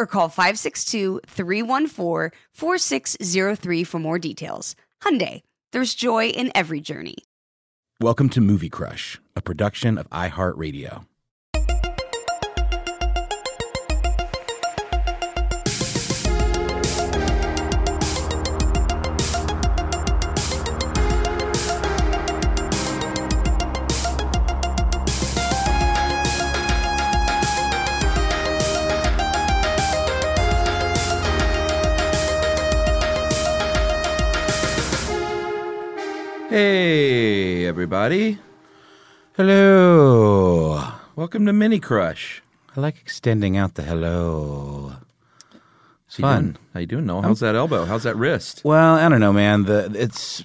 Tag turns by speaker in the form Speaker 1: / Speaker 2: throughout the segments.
Speaker 1: or call 562-314-4603 for more details. Hyundai, there's joy in every journey.
Speaker 2: Welcome to Movie Crush, a production of iHeartRadio. Hey, everybody. Hello. Welcome to Mini Crush. I like extending out the hello. It's fun.
Speaker 3: How you doing, Noel? How's that elbow? How's that wrist?
Speaker 2: Well, I don't know, man. The it's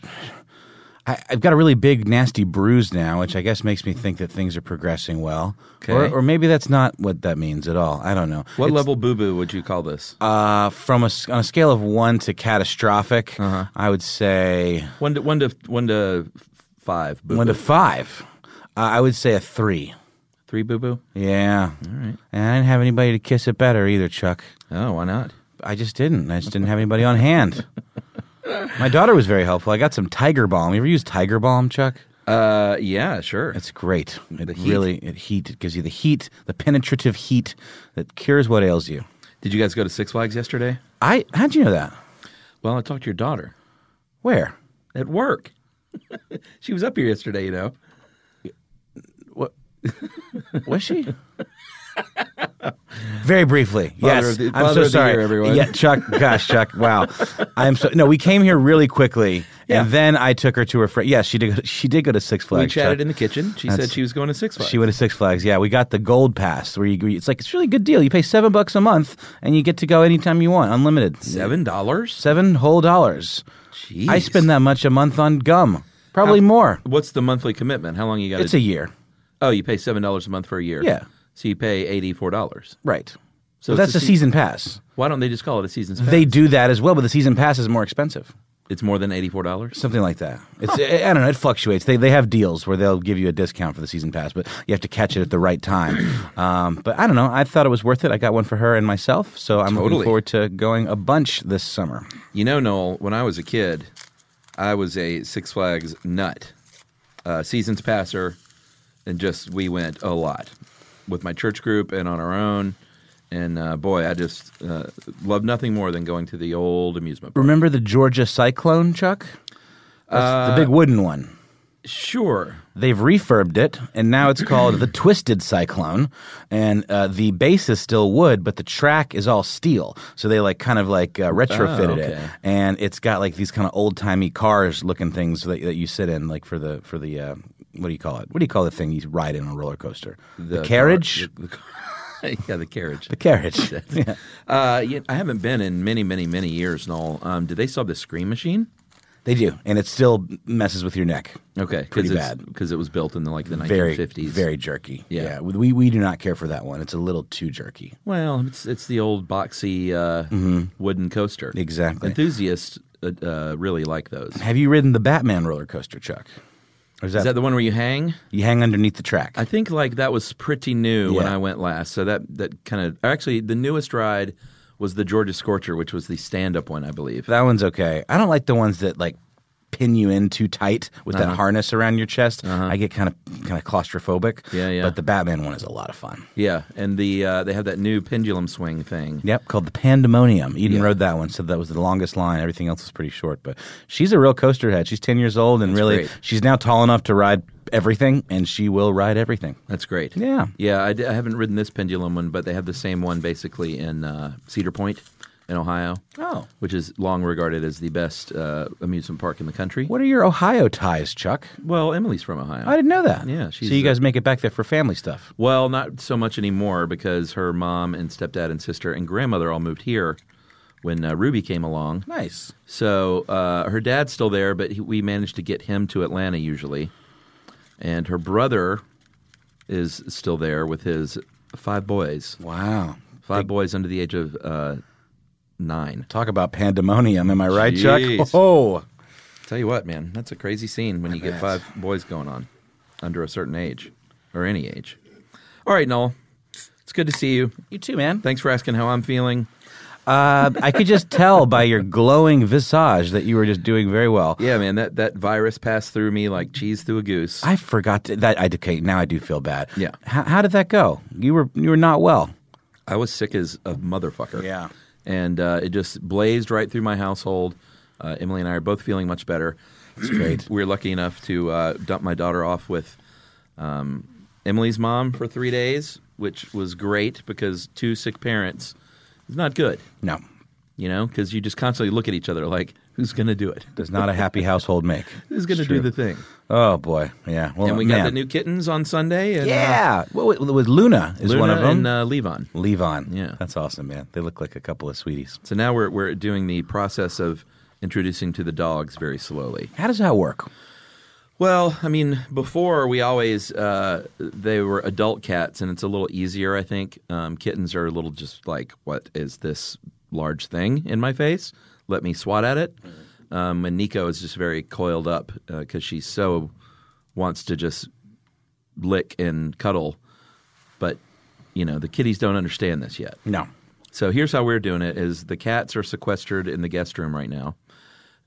Speaker 2: I, I've got a really big nasty bruise now, which I guess makes me think that things are progressing well, or,
Speaker 3: Okay.
Speaker 2: or maybe that's not what that means at all. I don't know.
Speaker 3: What
Speaker 2: It's-
Speaker 3: level boo boo would you call this?
Speaker 2: Uh, from a s- on a scale of one to catastrophic, I would say
Speaker 3: One to one to one to five. Boo
Speaker 2: one to five. Uh, I would say a three.
Speaker 3: three boo boo.
Speaker 2: Yeah. All right. And I didn't have anybody to kiss it better either, Chuck.
Speaker 3: Oh, why not?
Speaker 2: I just didn't. I just didn't have anybody on hand. My daughter was very helpful. I got some Tiger Balm. You ever use Tiger Balm, Chuck?
Speaker 3: Uh, yeah, sure.
Speaker 2: It's great. It
Speaker 3: heat?
Speaker 2: really it heat. It gives you the heat, the penetrative heat that cures what ails you.
Speaker 3: Did you guys go to Six Flags yesterday?
Speaker 2: I how'd you know that?
Speaker 3: Well, I talked to your daughter
Speaker 2: Where?
Speaker 3: at work. she was up here yesterday. You know,
Speaker 2: Was she? Very briefly. yes.
Speaker 3: of the-
Speaker 2: I'm
Speaker 3: father
Speaker 2: so
Speaker 3: of the
Speaker 2: sorry.
Speaker 3: year, everyone.
Speaker 2: Yeah, Chuck, gosh, Chuck, wow. I'm so no, we came here really quickly
Speaker 3: Yeah.
Speaker 2: and then I took her to her friend. Yes, she did she did go to Six Flags.
Speaker 3: we chatted
Speaker 2: Chuck.
Speaker 3: in the kitchen. She
Speaker 2: uh, That's-
Speaker 3: said she was going to Six Flags.
Speaker 2: She went to Six Flags. Yeah, we got the gold pass where you it's like it's really a good deal. You pay 7 bucks a month and you get to go anytime you want, unlimited.
Speaker 3: seven dollars.
Speaker 2: 7 whole dollars.
Speaker 3: Jeez.
Speaker 2: I spend that much a month on gum. Probably more.
Speaker 3: What's the monthly commitment? How long you got?
Speaker 2: It's a year.
Speaker 3: oh, you pay seven dollars a month for a year.
Speaker 2: Yeah.
Speaker 3: So you pay eighty four dollars.
Speaker 2: Right.
Speaker 3: So
Speaker 2: So
Speaker 3: it's
Speaker 2: that's a season pass.
Speaker 3: Why don't they just call it a season? Pass?
Speaker 2: They do that as well, but the season pass is more expensive.
Speaker 3: It's more than eighty four dollars.
Speaker 2: Something like that. It's I, I don't know. It fluctuates. They they have deals where they'll give you a discount for the season pass, but you have to catch it at the right time. Um, but I don't know. I thought it was worth it. I got one for her and myself, so I'm looking
Speaker 3: Totally.
Speaker 2: forward to going a bunch this summer.
Speaker 3: You know, Noel, when I was a kid, I was a Six Flags nut, uh, seasons passer, and just we went a lot with my church group and on our own. And uh, boy, I just uh, love nothing more than going to the old amusement park.
Speaker 2: Remember the Georgia Cyclone, Chuck? That's the big wooden one.
Speaker 3: Sure,
Speaker 2: They've refurbed it, and now it's called the Twisted Cyclone. And uh, the base is still wood, but the track is all steel. So they like kind of like uh, retrofitted it,
Speaker 3: Oh, okay.
Speaker 2: and it's got like these kind of old timey cars looking things that, that you sit in, like for the for the uh, what do you call it? What do you call the thing you ride in on a roller coaster? The,
Speaker 3: car-
Speaker 2: carriage.
Speaker 3: the- the car- yeah, the carriage.
Speaker 2: the carriage. yeah.
Speaker 3: Uh, yeah, I haven't been in many, many, many years, Noel. Um, do they still have the screen machine?
Speaker 2: They do, and it still messes with your neck.
Speaker 3: Okay,
Speaker 2: Pretty bad.
Speaker 3: because it was built in the, like the 1950s.
Speaker 2: Very, very jerky.
Speaker 3: Yeah.
Speaker 2: we we do not care for that one. It's a little too jerky.
Speaker 3: Well, it's it's the old boxy uh, wooden coaster.
Speaker 2: Mm-hmm. Exactly.
Speaker 3: Enthusiasts uh, uh, really like those.
Speaker 2: Have you ridden the Batman roller coaster, Chuck? Or
Speaker 3: Is that the one where you hang?
Speaker 2: you hang underneath the track?
Speaker 3: I think like that was pretty new when
Speaker 2: Yeah.
Speaker 3: I went last. So that that kind of actually the newest ride was the Georgia Scorcher, which was the stand up one, I believe.
Speaker 2: That one's okay. I don't like the ones that like pin you in too tight with
Speaker 3: Uh-huh.
Speaker 2: that harness around your chest. I get kind of kind of claustrophobic.
Speaker 3: Yeah, yeah.
Speaker 2: But the Batman one is a lot of fun.
Speaker 3: yeah, and the uh, they have that new pendulum swing thing.
Speaker 2: Yep, called the Pandemonium. Eden
Speaker 3: Yeah.
Speaker 2: rode that one, so that was the longest line. Everything else was pretty short, but she's a real coaster head. She's ten years old, and really,
Speaker 3: great.
Speaker 2: she's now tall enough to ride everything, and she will ride everything.
Speaker 3: That's great.
Speaker 2: Yeah.
Speaker 3: yeah. I, d- I haven't ridden this pendulum one, but they have the same one basically in uh, Cedar Point, in Ohio.
Speaker 2: Oh.
Speaker 3: which is long regarded as the best uh, amusement park in the country.
Speaker 2: What are your Ohio ties, Chuck?
Speaker 3: Well, Emily's from Ohio.
Speaker 2: I didn't know that.
Speaker 3: Yeah, she's
Speaker 2: so you
Speaker 3: a-
Speaker 2: guys make it back there for family stuff.
Speaker 3: Well, not so much anymore because her mom and stepdad and sister and grandmother all moved here when uh, Ruby came along.
Speaker 2: Nice.
Speaker 3: So uh, her dad's still there, but he, we managed to get him to Atlanta usually. And her brother is still there with his five boys,
Speaker 2: Wow.
Speaker 3: five boys under the age of uh, nine.
Speaker 2: Talk about pandemonium. Am I right, Chuck?
Speaker 3: Jeez.
Speaker 2: Oh,
Speaker 3: Tell you what, man, that's a crazy scene when you get five boys going on under a certain age or any age. All right, Noel, it's good to see you.
Speaker 2: you too, man.
Speaker 3: Thanks for asking how I'm feeling.
Speaker 2: Uh, I could just tell by your glowing visage that you were just doing very well.
Speaker 3: Yeah, man, that, that virus passed through me like cheese through a goose.
Speaker 2: I forgot to, that. I okay, now I do feel bad.
Speaker 3: Yeah.
Speaker 2: How, how did that go? You were you were not well.
Speaker 3: I was sick as a motherfucker.
Speaker 2: Yeah.
Speaker 3: And uh, it just blazed right through my household. Uh, Emily and I are both feeling much better. It's great. we were lucky enough to uh, dump my daughter off with um, Emily's mom for three days, which was great because two sick parents is not good,
Speaker 2: No,
Speaker 3: you know, because you just constantly look at each other like, who's going to do it?
Speaker 2: does not a happy household make.
Speaker 3: Who's going to
Speaker 2: It's
Speaker 3: do
Speaker 2: true.
Speaker 3: the thing?
Speaker 2: Oh boy, yeah. Well,
Speaker 3: and we
Speaker 2: man.
Speaker 3: got the new kittens on Sunday. And, uh,
Speaker 2: Yeah, well, with, with Luna is
Speaker 3: Luna
Speaker 2: one of them.
Speaker 3: and uh, Levon.
Speaker 2: Levon.
Speaker 3: Yeah.
Speaker 2: that's awesome, man. They look like a couple of sweeties.
Speaker 3: So now we're we're doing the process of introducing to the dogs very slowly.
Speaker 2: How does that work?
Speaker 3: Well, I mean, before we always uh, they were adult cats, and it's a little easier, I think. Um, kittens are a little just like, what is this large thing in my face? Let me swat at it. Um, and Nico is just very coiled up because she so wants to just lick and cuddle, but you know the kitties don't understand this yet.
Speaker 2: No.
Speaker 3: So here's how we're doing it: is the cats are sequestered in the guest room right now,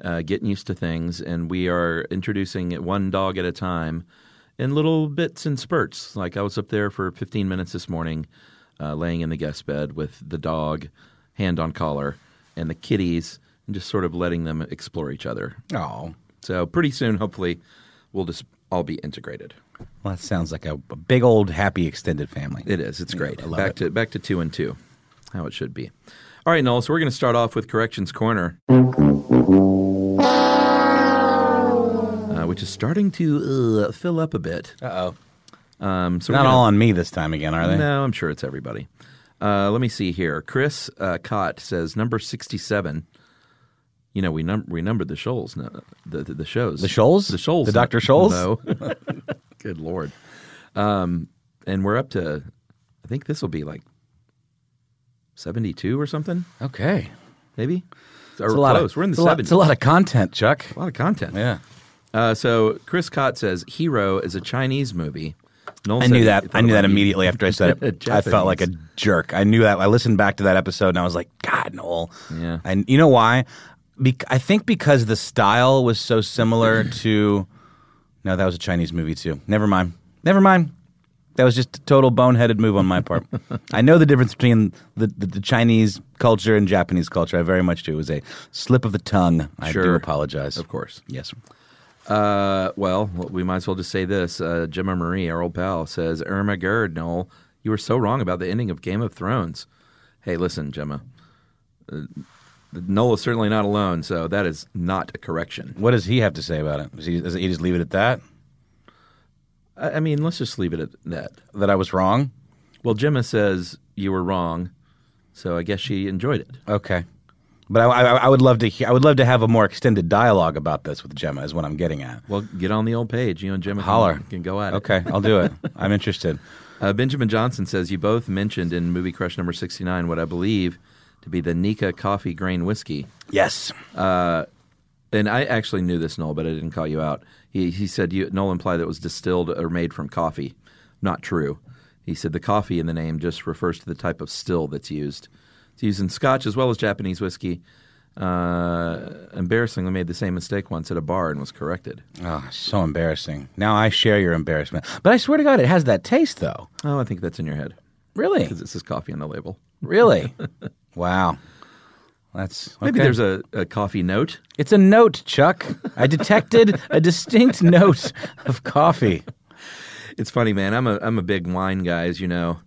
Speaker 3: uh, getting used to things, and we are introducing it one dog at a time in little bits and spurts. Like I was up there for 15 minutes this morning, uh, laying in the guest bed with the dog, hand on collar, and the kitties, and just sort of letting them explore each other.
Speaker 2: Oh,
Speaker 3: So pretty soon, hopefully, we'll just all be integrated.
Speaker 2: well, that sounds like a, a big old happy extended family.
Speaker 3: It is. It's
Speaker 2: Yeah,
Speaker 3: great.
Speaker 2: I love
Speaker 3: back
Speaker 2: it.
Speaker 3: to back to two and two, how it should be. All right, Noel. So we're going to start off with corrections corner, uh, which is starting to uh, fill up a bit.
Speaker 2: Uh oh.
Speaker 3: Um, so we're
Speaker 2: Not
Speaker 3: gonna-
Speaker 2: all on me this time again, are they?
Speaker 3: No, I'm sure it's everybody. Uh, let me see here. Chris uh, Cott says number sixty-seven. You know, we num- we numbered the shoals, no, the, the the shows,
Speaker 2: The shoals?
Speaker 3: the shoals,
Speaker 2: The Dr. Shoals?
Speaker 3: No, good lord. Um, and we're up to, I think this will be like seventy-two or something,
Speaker 2: Okay.
Speaker 3: maybe. Or
Speaker 2: It's a lot
Speaker 3: close.
Speaker 2: Of,
Speaker 3: we're in the
Speaker 2: it's a lot-
Speaker 3: seventies.
Speaker 2: It's a lot of content, Chuck.
Speaker 3: a lot of content.
Speaker 2: Yeah.
Speaker 3: Uh, so Chris Cott says Hero is a Chinese movie. Noel
Speaker 2: I
Speaker 3: said
Speaker 2: knew
Speaker 3: he
Speaker 2: that.
Speaker 3: thought
Speaker 2: I knew that
Speaker 3: about me.
Speaker 2: immediately after I said it. I felt like a
Speaker 3: Japanese.
Speaker 2: jerk. I knew that. I listened back to that episode and I was like, God, Noel.
Speaker 3: Yeah.
Speaker 2: And you know why? Bec I think because the style was so similar to. No, that was a Chinese movie too. Never mind. Never mind. That was just a total boneheaded move on my part. I know the difference between the, the, the Chinese culture and Japanese culture. I very much do. It was a slip of the tongue. I do
Speaker 3: Sure.
Speaker 2: apologize.
Speaker 3: Of course.
Speaker 2: Yes.
Speaker 3: Uh, well, we might as well just say this. Uh, Gemma Marie, our old pal, says, Irma Gerd, Noel, you were so wrong about the ending of Game of Thrones. Hey, listen, Gemma. Uh, Noel is certainly not alone, so that is not a correction.
Speaker 2: What does he have to say about it? Does he, does he just leave it at that?
Speaker 3: I, I mean, let's just leave it at that.
Speaker 2: That I was wrong?
Speaker 3: Well, Gemma says you were wrong, so I guess she enjoyed it.
Speaker 2: Okay. But I, I, I would love to. Hear, I would love to have a more extended dialogue about this with Gemma. Is what I'm getting at.
Speaker 3: Well, get on the old page. You and Jim
Speaker 2: Holler.
Speaker 3: can, can go at it.
Speaker 2: Okay, I'll do it. I'm interested.
Speaker 3: Uh, Benjamin Johnson says you both mentioned in movie crush number sixty nine what I believe to be the Nika coffee grain whiskey.
Speaker 2: Yes.
Speaker 3: and I actually knew this, Noel, but I didn't call you out. He he said you Noel implied that it was distilled or made from coffee. Not true. He said the coffee in the name just refers to the type of still that's used. It's used in Scotch as well as Japanese whiskey. Uh, embarrassingly, made the same mistake once at a bar and was corrected.
Speaker 2: Oh, so embarrassing. Now I share your embarrassment. But I swear to God, it has that taste though.
Speaker 3: Oh, I think that's in your head
Speaker 2: Really?
Speaker 3: because it says coffee on the label.
Speaker 2: Really? wow. That's
Speaker 3: Maybe
Speaker 2: okay.
Speaker 3: there's a, a coffee note.
Speaker 2: It's a note, Chuck. I detected a distinct note of coffee.
Speaker 3: It's funny, man. I'm a I'm a big wine guy, as you know,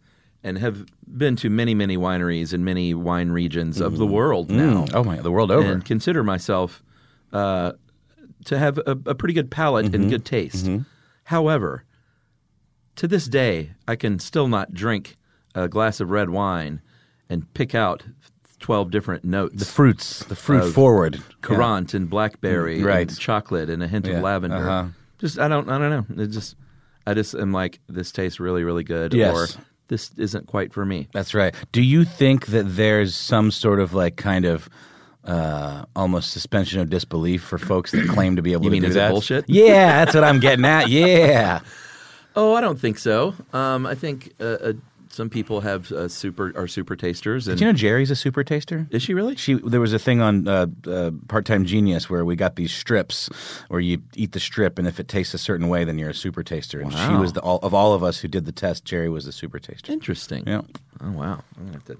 Speaker 3: and have been to many many wineries in many wine regions of the world now.
Speaker 2: Oh my! The world over.
Speaker 3: and consider myself uh, to have a, a pretty good palate
Speaker 2: Mm-hmm.
Speaker 3: and good taste. However, to this day, I can still not drink a glass of red wine and pick out twelve different notes:
Speaker 2: the fruits, the fruit
Speaker 3: Of
Speaker 2: forward.
Speaker 3: currant and blackberry,
Speaker 2: Mm, right.
Speaker 3: and chocolate, and a hint
Speaker 2: Yeah,
Speaker 3: of lavender.
Speaker 2: uh-huh.
Speaker 3: Just I don't I don't know. It just I just am like this tastes really really good,
Speaker 2: Yes.
Speaker 3: or this isn't quite for me.
Speaker 2: That's right. Do you think that there's some sort of like kind of uh, almost suspension of disbelief for folks that claim to be able
Speaker 3: You
Speaker 2: to
Speaker 3: mean
Speaker 2: do
Speaker 3: is it
Speaker 2: that?
Speaker 3: bullshit?
Speaker 2: Yeah, that's what I'm getting at. Yeah.
Speaker 3: Oh, I don't think so. Um, I think uh, uh, some people have uh, super are super tasters. And
Speaker 2: Do you know Jerry's a super taster?
Speaker 3: is she really?
Speaker 2: She there was a thing on uh, uh, Part Time Genius where we got these strips where you eat the strip and if it tastes a certain way then you're a super taster and she
Speaker 3: Wow.
Speaker 2: was the all of all of us who did the test Jerry was the super taster.
Speaker 3: Interesting.
Speaker 2: Yeah.
Speaker 3: Oh wow. I'm gonna have to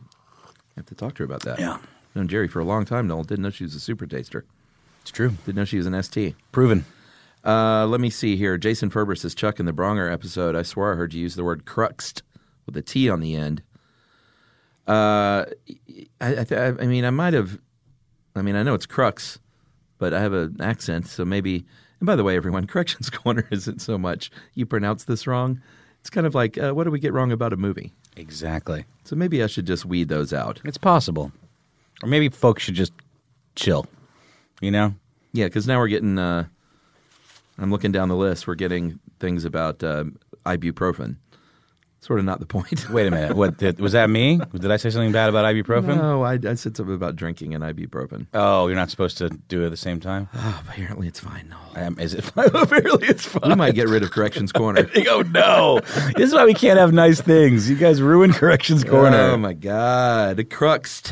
Speaker 3: have to talk to her about that.
Speaker 2: Yeah.
Speaker 3: Known Jerry for a long time. Noel didn't know she was a super taster.
Speaker 2: It's true.
Speaker 3: Didn't know she was an ST.
Speaker 2: Proven.
Speaker 3: Uh, let me see here. Jason Ferber says Chuck in the Bronger episode. I swear I heard you use the word cruxed with a T on the end. Uh, I, I, th- I mean, I might have. I mean, I know it's crux, but I have an accent, so maybe. And by the way, everyone, corrections corner isn't so much you pronounce this wrong. It's kind of like uh, what do we get wrong about a movie?
Speaker 2: Exactly.
Speaker 3: So maybe I should just weed those out.
Speaker 2: It's possible. Or maybe folks should just chill. You know?
Speaker 3: Yeah, because now we're getting. Uh, I'm looking down the list. We're getting things about um, ibuprofen. Sort of not the point.
Speaker 2: Wait a minute. What did, was that me? Did I say something bad about ibuprofen?
Speaker 3: No, I, I said something about drinking and ibuprofen.
Speaker 2: Oh, you're not supposed to do it at the same time.
Speaker 3: Ah, apparently, it's fine. No,
Speaker 2: Um, is it? Apparently, it's fine.
Speaker 3: we might get rid of corrections corner.
Speaker 2: oh no! This is why we can't have nice things. You guys ruin corrections corner.
Speaker 3: Oh my god, cruxed.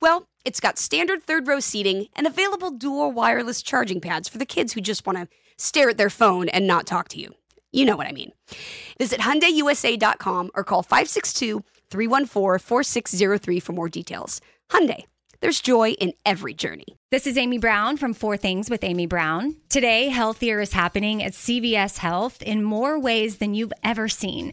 Speaker 4: Well, it's got standard third row seating and available dual wireless charging pads for the kids who just want to stare at their phone and not talk to you. You know what I mean. Visit HyundaiUSA.com or call 562 314 4603 for more details. Hyundai, there's joy in every journey.
Speaker 5: This is Amy Brown from Four Things with Amy Brown. Today, healthier is happening at CVS Health in more ways than you've ever seen.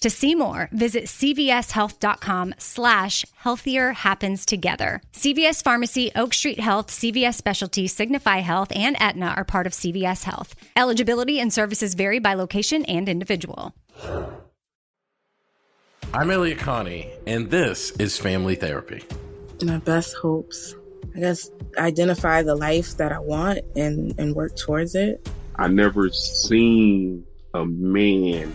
Speaker 5: To see more, visit cvshealth.com slash healthier happens together. CVS Pharmacy, Oak Street Health, CVS Specialty, Signify Health, and Aetna are part of CVS Health. Eligibility and services vary by location and individual.
Speaker 6: I'm Elliot Connie, and this is Family Therapy.
Speaker 7: my best hopes. I guess identify the life that I want and, and work towards it.
Speaker 8: I never seen a man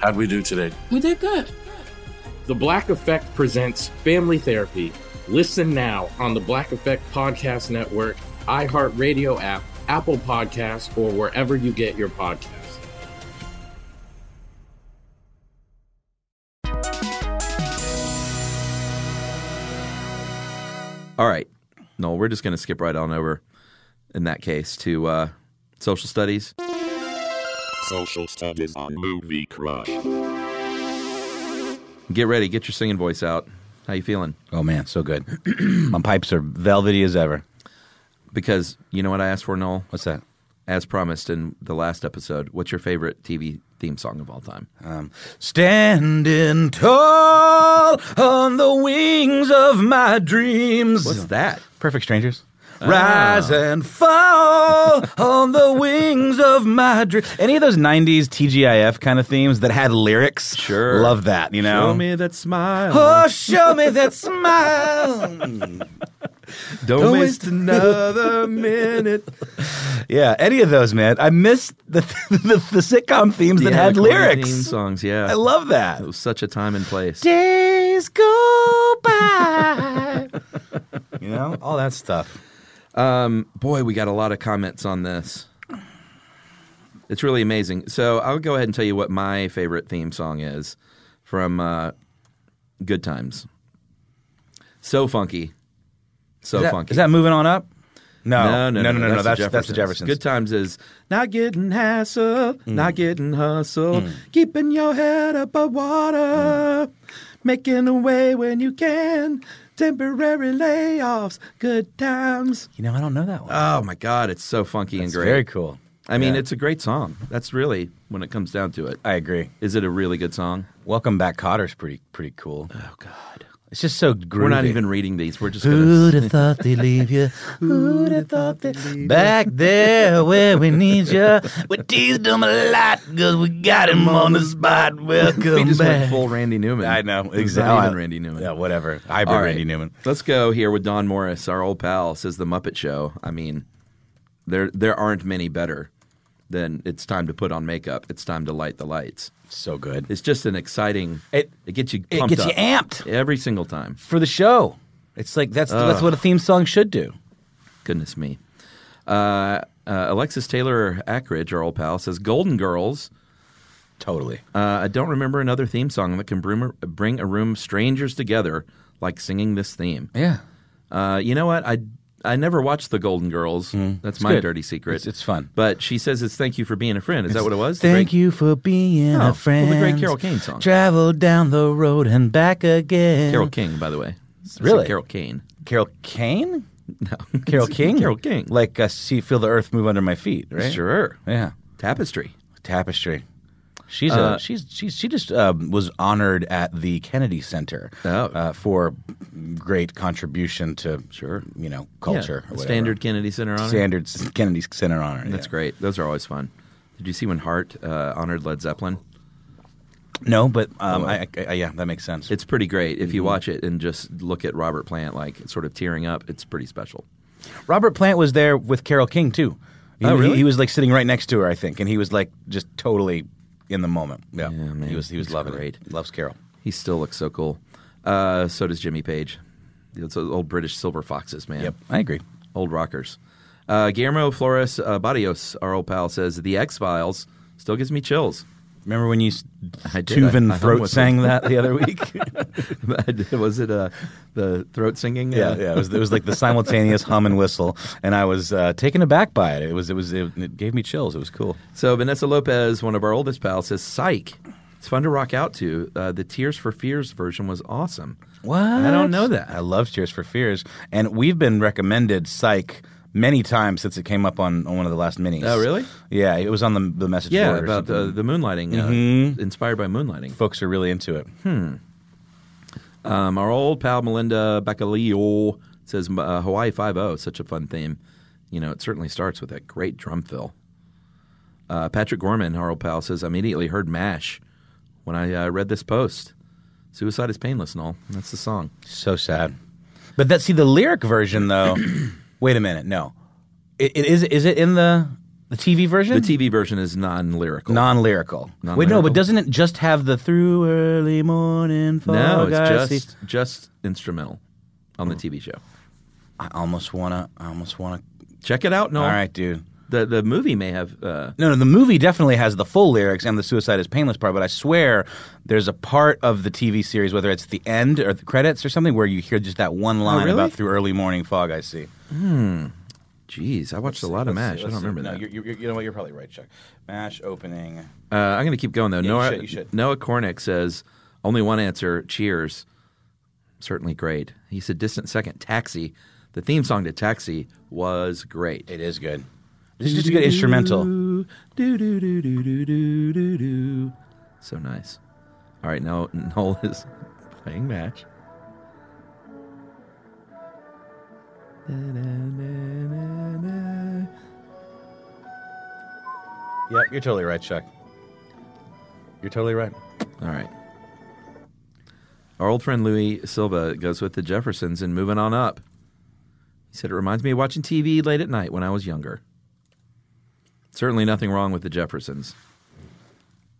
Speaker 6: how'd we do today?
Speaker 7: We did good.
Speaker 6: The Black Effect presents Family Therapy. Listen now on the Black Effect Podcast Network, iHeartRadio app, Apple Podcasts, or wherever you get your podcasts.
Speaker 3: All right. No, we're just going to skip right on over in that case to uh, social studies.
Speaker 9: Social studies on Movie Crush.
Speaker 3: Get ready. Get your singing voice out. How you feeling?
Speaker 2: Oh man, so good. My pipes are velvety as ever.
Speaker 3: Because you know what I asked for, Noel?
Speaker 2: What's that?
Speaker 3: As promised in the last episode, what's your favorite TV theme song of all time?
Speaker 2: Um, standing tall on the wings of my dreams.
Speaker 3: What's that?
Speaker 2: Perfect strangers.
Speaker 3: Ah.
Speaker 2: Rise and fall on the wings of my dream. Any of those '90s TGIF kind of themes that had lyrics?
Speaker 3: Sure.
Speaker 2: love that. You know,
Speaker 3: Show me that smile.
Speaker 2: Oh, show me that smile.
Speaker 3: Don't,
Speaker 2: Don't
Speaker 3: waste
Speaker 2: waste-
Speaker 3: another minute.
Speaker 2: yeah, any of those, man. I miss the the, the sitcom themes that
Speaker 3: Yeah,
Speaker 2: had
Speaker 3: the corny Theme
Speaker 2: lyrics.
Speaker 3: songs, yeah.
Speaker 2: I love that.
Speaker 3: it was such a time and place.
Speaker 2: Days go by. you know, all that stuff.
Speaker 3: Boy, we got a lot of comments on this. It's really amazing. So I'll go ahead and tell you what my favorite theme song is from uh, Good Times. So funky, so
Speaker 2: is that,
Speaker 3: funky.
Speaker 2: is that moving on up?
Speaker 3: no,
Speaker 2: Oh, No,
Speaker 3: no, no, no, no,
Speaker 2: That's, that's the Jeffersons. Mm.
Speaker 3: Good times is not getting hassled, not getting hustled, keeping your head above
Speaker 2: Mm.
Speaker 3: water, making a way when you can. Temporary layoffs, good times.
Speaker 2: You know, I don't know that one.
Speaker 3: Oh my God, it's so funky and
Speaker 2: It's
Speaker 3: great.
Speaker 2: very cool.
Speaker 3: I mean,
Speaker 2: Yeah.
Speaker 3: it's a great song. That's really when it comes down to it.
Speaker 2: I agree.
Speaker 3: Is it a really good song?
Speaker 2: Welcome back, Cotter's pretty pretty cool.
Speaker 3: Oh God,
Speaker 2: It's just so groovy.
Speaker 3: we're not even reading these. We're just gonna.
Speaker 2: Who'd have thought they'd leave you? Who'd have thought they'd back there where we need you? We teased them a lot because we got him on the spot. Welcome
Speaker 3: we just
Speaker 2: back.
Speaker 3: went full Randy Newman.
Speaker 2: I know
Speaker 3: It was not
Speaker 2: exactly.
Speaker 3: even Randy Newman.
Speaker 2: Yeah, whatever. I've
Speaker 3: All right.
Speaker 2: Randy Newman.
Speaker 3: Let's go here with Don Morris, our old pal. Says the Muppet Show. I mean, there there aren't many better than it's time to put on makeup. It's time to light the lights.
Speaker 2: So good.
Speaker 3: It's just an exciting.
Speaker 2: It-
Speaker 3: it gets you
Speaker 2: it
Speaker 3: pumped
Speaker 2: gets
Speaker 3: up
Speaker 2: you amped
Speaker 3: every single time.
Speaker 2: for the show. It's like that's that's what a theme song should do.
Speaker 3: Goodness me. Uh, uh, Alexis Taylor Ackridge, our old pal, says Golden Girls.
Speaker 2: Totally.
Speaker 3: Uh, I don't remember another theme song that can bring, bring a room of strangers together like singing this theme.
Speaker 2: Yeah.
Speaker 3: Uh, you know what? I I never watched The Golden Girls. That's my
Speaker 2: good.
Speaker 3: dirty secret.
Speaker 2: Mm. It's- it's fun.
Speaker 3: But she says it's "Thank you for being a friend." Is that what it was? The
Speaker 2: Thank
Speaker 3: great-
Speaker 2: you for being
Speaker 3: Oh, well,
Speaker 2: a
Speaker 3: the
Speaker 2: friend.
Speaker 3: great Carole Kane song.
Speaker 2: Travel down the road and back again.
Speaker 3: Carol King, by the way. I said
Speaker 2: Really?
Speaker 3: Carol Kane.
Speaker 2: Carol Kane?
Speaker 3: No,
Speaker 2: Carol King?
Speaker 3: Carol King.
Speaker 2: Like uh, see, feel the earth move under my feet, right?
Speaker 3: Sure.
Speaker 2: Yeah.
Speaker 3: Tapestry.
Speaker 2: Tapestry. She's
Speaker 3: Uh,
Speaker 2: a, she's she's she just um, was honored at the Kennedy Center
Speaker 3: Oh.
Speaker 2: uh, for great contribution to sure you know culture
Speaker 3: Yeah.
Speaker 2: or whatever.
Speaker 3: Standard Kennedy Center honor.
Speaker 2: standard Kennedy Center honor.
Speaker 3: That's
Speaker 2: yeah.
Speaker 3: great. Those are always fun. Did you see when Hart uh, honored Led Zeppelin?
Speaker 2: No, but um,
Speaker 3: Oh,
Speaker 2: I, I, I- yeah, that makes sense.
Speaker 3: It's pretty great if you
Speaker 2: Mm-hmm.
Speaker 3: watch it and just look at Robert Plant like sort of tearing up. It's pretty special.
Speaker 2: Robert Plant was there with Carol King too. He,
Speaker 3: Oh, really?
Speaker 2: he, he was like sitting right next to her, I think, and he was like just totally in the moment. Yeah,
Speaker 3: man,
Speaker 2: he was he was
Speaker 3: he's
Speaker 2: loving
Speaker 3: great.
Speaker 2: it. Loves Carol.
Speaker 3: He still looks so cool. Uh, so does Jimmy Page. It's those old British silver foxes, man.
Speaker 2: Yep, I agree.
Speaker 3: Old rockers. Uh, Guillermo Flores uh, Barrios, our old pal, says the X Files still gives me chills.
Speaker 2: Remember when you s-
Speaker 3: I did.
Speaker 2: Tuvin
Speaker 3: I- I hung
Speaker 2: throat
Speaker 3: with
Speaker 2: sang that the other week?
Speaker 3: was it uh, the throat singing? Uh,
Speaker 2: yeah, yeah. It was, it was like the simultaneous hum and whistle, and I was uh, taken aback by it. It was it was it, it gave me chills. It was cool.
Speaker 3: So Vanessa Lopez, one of our oldest pals, says Psych. It's fun to rock out to. Uh, the Tears for Fears version was awesome.
Speaker 2: What?
Speaker 3: I don't know that.
Speaker 2: I love Tears for Fears, and we've been recommended Psych many times since it came up on, on one of the last minis.
Speaker 3: Oh, really?
Speaker 2: Yeah, it was on the the message
Speaker 3: Yeah,
Speaker 2: board. or
Speaker 3: about the,
Speaker 2: something.
Speaker 3: the moonlighting,
Speaker 2: Mm-hmm.
Speaker 3: uh, inspired by moonlighting.
Speaker 2: folks are really into it.
Speaker 3: Um, our old pal Melinda Bacalio says uh, Hawaii Five O, such a fun theme. You know, it certainly starts with that great drum fill. Uh, Patrick Gorman, Harold Powell, says, I immediately heard MASH when I uh, read this post. Suicide is painless and all. That's the song.
Speaker 2: So sad. But that see the lyric version though. wait a minute, no. It, it is is it in the the TV version?
Speaker 3: The TV version is non-lyrical.
Speaker 2: Non-lyrical. Wait, no,
Speaker 3: Non-lyrical.
Speaker 2: but doesn't it just have the through early morning fog?
Speaker 3: No,
Speaker 2: oh, I
Speaker 3: it's
Speaker 2: see-
Speaker 3: just just instrumental on the TV show.
Speaker 2: I almost wanna. I almost wanna.
Speaker 3: Check it out. No,
Speaker 2: All right, dude.
Speaker 3: The the movie may have. Uh,
Speaker 2: No, no, the movie definitely has the full lyrics and the suicide is painless part, but I swear there's a part of the TV series, whether it's the end or the credits or something, where you hear just that one line
Speaker 3: Oh, really?
Speaker 2: about through early morning fog. I see.
Speaker 3: hmm. Jeez, I watched a lot of Mash.
Speaker 2: Let's see,
Speaker 3: I
Speaker 2: let's
Speaker 3: don't
Speaker 2: see.
Speaker 3: remember
Speaker 2: No,
Speaker 3: that.
Speaker 2: You're, you're- you know what? You're probably right, Chuck. Mash opening.
Speaker 3: Uh, I'm going to keep going though.
Speaker 2: Yeah, you
Speaker 3: Noah,
Speaker 2: should, you should.
Speaker 3: Noah Cornick says only one answer. Cheers. Certainly great. He said distant second. Taxi. The theme song to Taxi was great.
Speaker 2: It is good. This is just a good instrumental.
Speaker 3: Do, do, do, do, do, do, do, do. So nice. All right, now Noel is playing Mash.
Speaker 2: Yep, you're totally right, Chuck. You're totally right.
Speaker 3: All right. Our old friend Louis Silva goes with the Jeffersons and moving on up. He said it reminds me of watching TV late at night when I was younger. Certainly nothing wrong with the Jeffersons.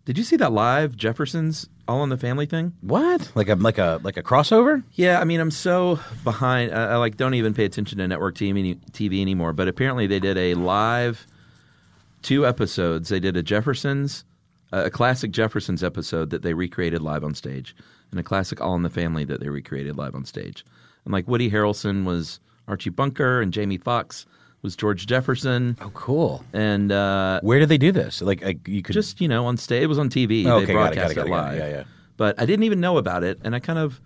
Speaker 3: Did you see that live Jeffersons All in the Family thing?
Speaker 2: What? Like a like a like a crossover?
Speaker 3: Yeah, I mean, I'm so behind. I, I like don't even pay attention to network TV, TV anymore. But apparently, they did a live two episodes. They did a Jeffersons, a classic Jeffersons episode that they recreated live on stage, and a classic All in the Family that they recreated live on stage. And like Woody Harrelson was Archie Bunker, and Jamie Foxx was George Jefferson.
Speaker 2: Oh, cool.
Speaker 3: And uh,
Speaker 2: Where did they do this? Like, like you could
Speaker 3: just you know on stage it was on TV
Speaker 2: Okay, got
Speaker 3: they
Speaker 2: it,
Speaker 3: broadcast
Speaker 2: got it, got it, got
Speaker 3: live
Speaker 2: it. Yeah, yeah.
Speaker 3: but I didn't even know about it and I kind of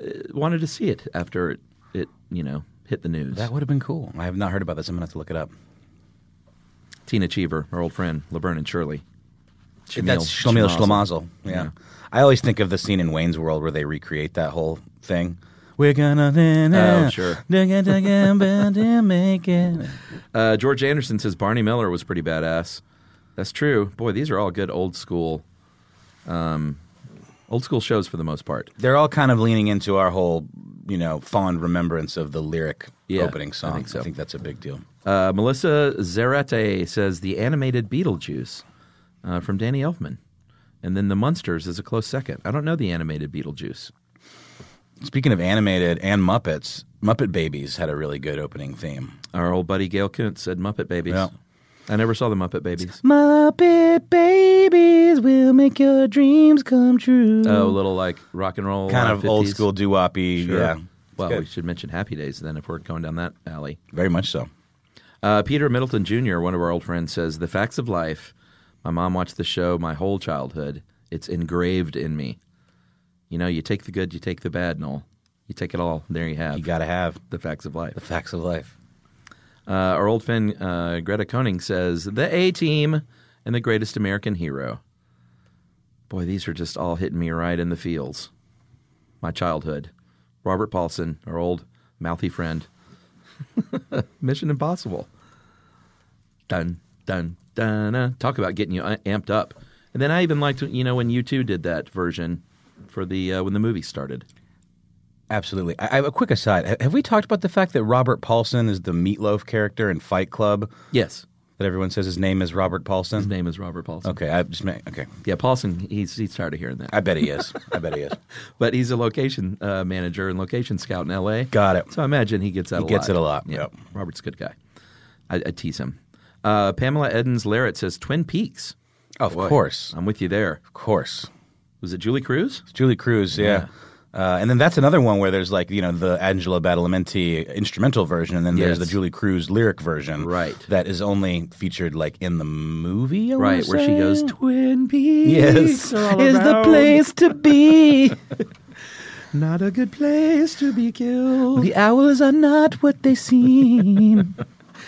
Speaker 3: uh, wanted to see it after it, it you know hit the news
Speaker 2: that would have been cool. I have not heard about this. I'm gonna have to look it up.
Speaker 3: Tina Cheever our old friend Laverne and Shirley
Speaker 2: That's Shlemiel Schlemazel. Yeah. I always think of the scene in Wayne's World where they recreate that whole thing. We're gonna
Speaker 3: Oh, sure.
Speaker 2: make it.
Speaker 3: uh, George Anderson says Barney Miller was pretty badass that's true boy these are all good old school um, old school shows for the most part
Speaker 2: They're all kind of leaning into our whole, you know, fond remembrance of the lyric
Speaker 3: Yeah,
Speaker 2: opening
Speaker 3: I
Speaker 2: song.
Speaker 3: think so.
Speaker 2: that's a big deal.
Speaker 3: uh, Melissa Zarate says the animated Beetlejuice uh, from Danny Elfman. And then the Munsters is a close second. I don't know the animated Beetlejuice.
Speaker 2: Speaking of animated and Muppets, Muppet Babies had a really good opening theme.
Speaker 3: Our old buddy Gail Kuntz said Muppet Babies.
Speaker 2: Yeah.
Speaker 3: I never saw the Muppet Babies.
Speaker 2: Muppet Babies will make your dreams come true.
Speaker 3: Oh, a little like rock and roll.
Speaker 2: kind
Speaker 3: uh,
Speaker 2: of old
Speaker 3: 50s.
Speaker 2: school doo woppy.
Speaker 3: Sure.
Speaker 2: Yeah.
Speaker 3: Well,
Speaker 2: It's
Speaker 3: we
Speaker 2: good.
Speaker 3: should mention Happy Days then if we're going down that alley.
Speaker 2: very much so.
Speaker 3: Uh, Peter Middleton Jr., one of our old friends, says The Facts of Life. My mom watched the show my whole childhood. It's engraved in me. You know, you take the good, you take the bad, Noel. You take it all. There you have.
Speaker 2: You got to have
Speaker 3: The Facts of Life.
Speaker 2: the facts of life.
Speaker 3: Uh, our old friend uh, Greta Koning says the A Team and the Greatest American Hero. Boy, these are just all hitting me right in the feels. My childhood. Robert Paulson, our old mouthy friend. Mission Impossible. Dun dun dun. uh, Talk about getting you uh, amped up. And then I even liked you know when you two did that version for the uh, when the movie started.
Speaker 2: Absolutely. I, I have a quick aside. Ha- Have we talked about the fact that Robert Paulson is the meatloaf character in Fight Club
Speaker 3: Yes,
Speaker 2: that everyone says his name is Robert Paulson?
Speaker 3: his name is Robert Paulson.
Speaker 2: Okay, I just ma- okay.
Speaker 3: Oh, Yeah, Paulson. He's he's tired of hearing that.
Speaker 2: I bet he is. I bet he is.
Speaker 3: but he's a location uh, manager and location scout in L.A.
Speaker 2: Got it.
Speaker 3: So I imagine he gets that.
Speaker 2: He
Speaker 3: a
Speaker 2: gets
Speaker 3: lot.
Speaker 2: it a lot,
Speaker 3: Yeah,
Speaker 2: yep.
Speaker 3: Robert's a good guy. I, I tease him. Uh, Pamela Edens Larrett says Twin Peaks.
Speaker 2: Of course,
Speaker 3: I'm with you there.
Speaker 2: of course.
Speaker 3: Was it Julie Cruz?
Speaker 2: It's Julie Cruz, yeah. Uh, and then that's another one where there's like you know the Angelo Badalamenti instrumental version, and then there's
Speaker 3: Yes.
Speaker 2: the Julie Cruz lyric version,
Speaker 3: Right.
Speaker 2: That is only featured like in the movie, I wanna
Speaker 3: Right, where she
Speaker 2: say?
Speaker 3: goes Twin Peaks.
Speaker 2: Yes,
Speaker 3: all
Speaker 2: is the
Speaker 3: around.
Speaker 2: place to be.
Speaker 3: not a good place to be killed.
Speaker 2: the hours are not what they seem.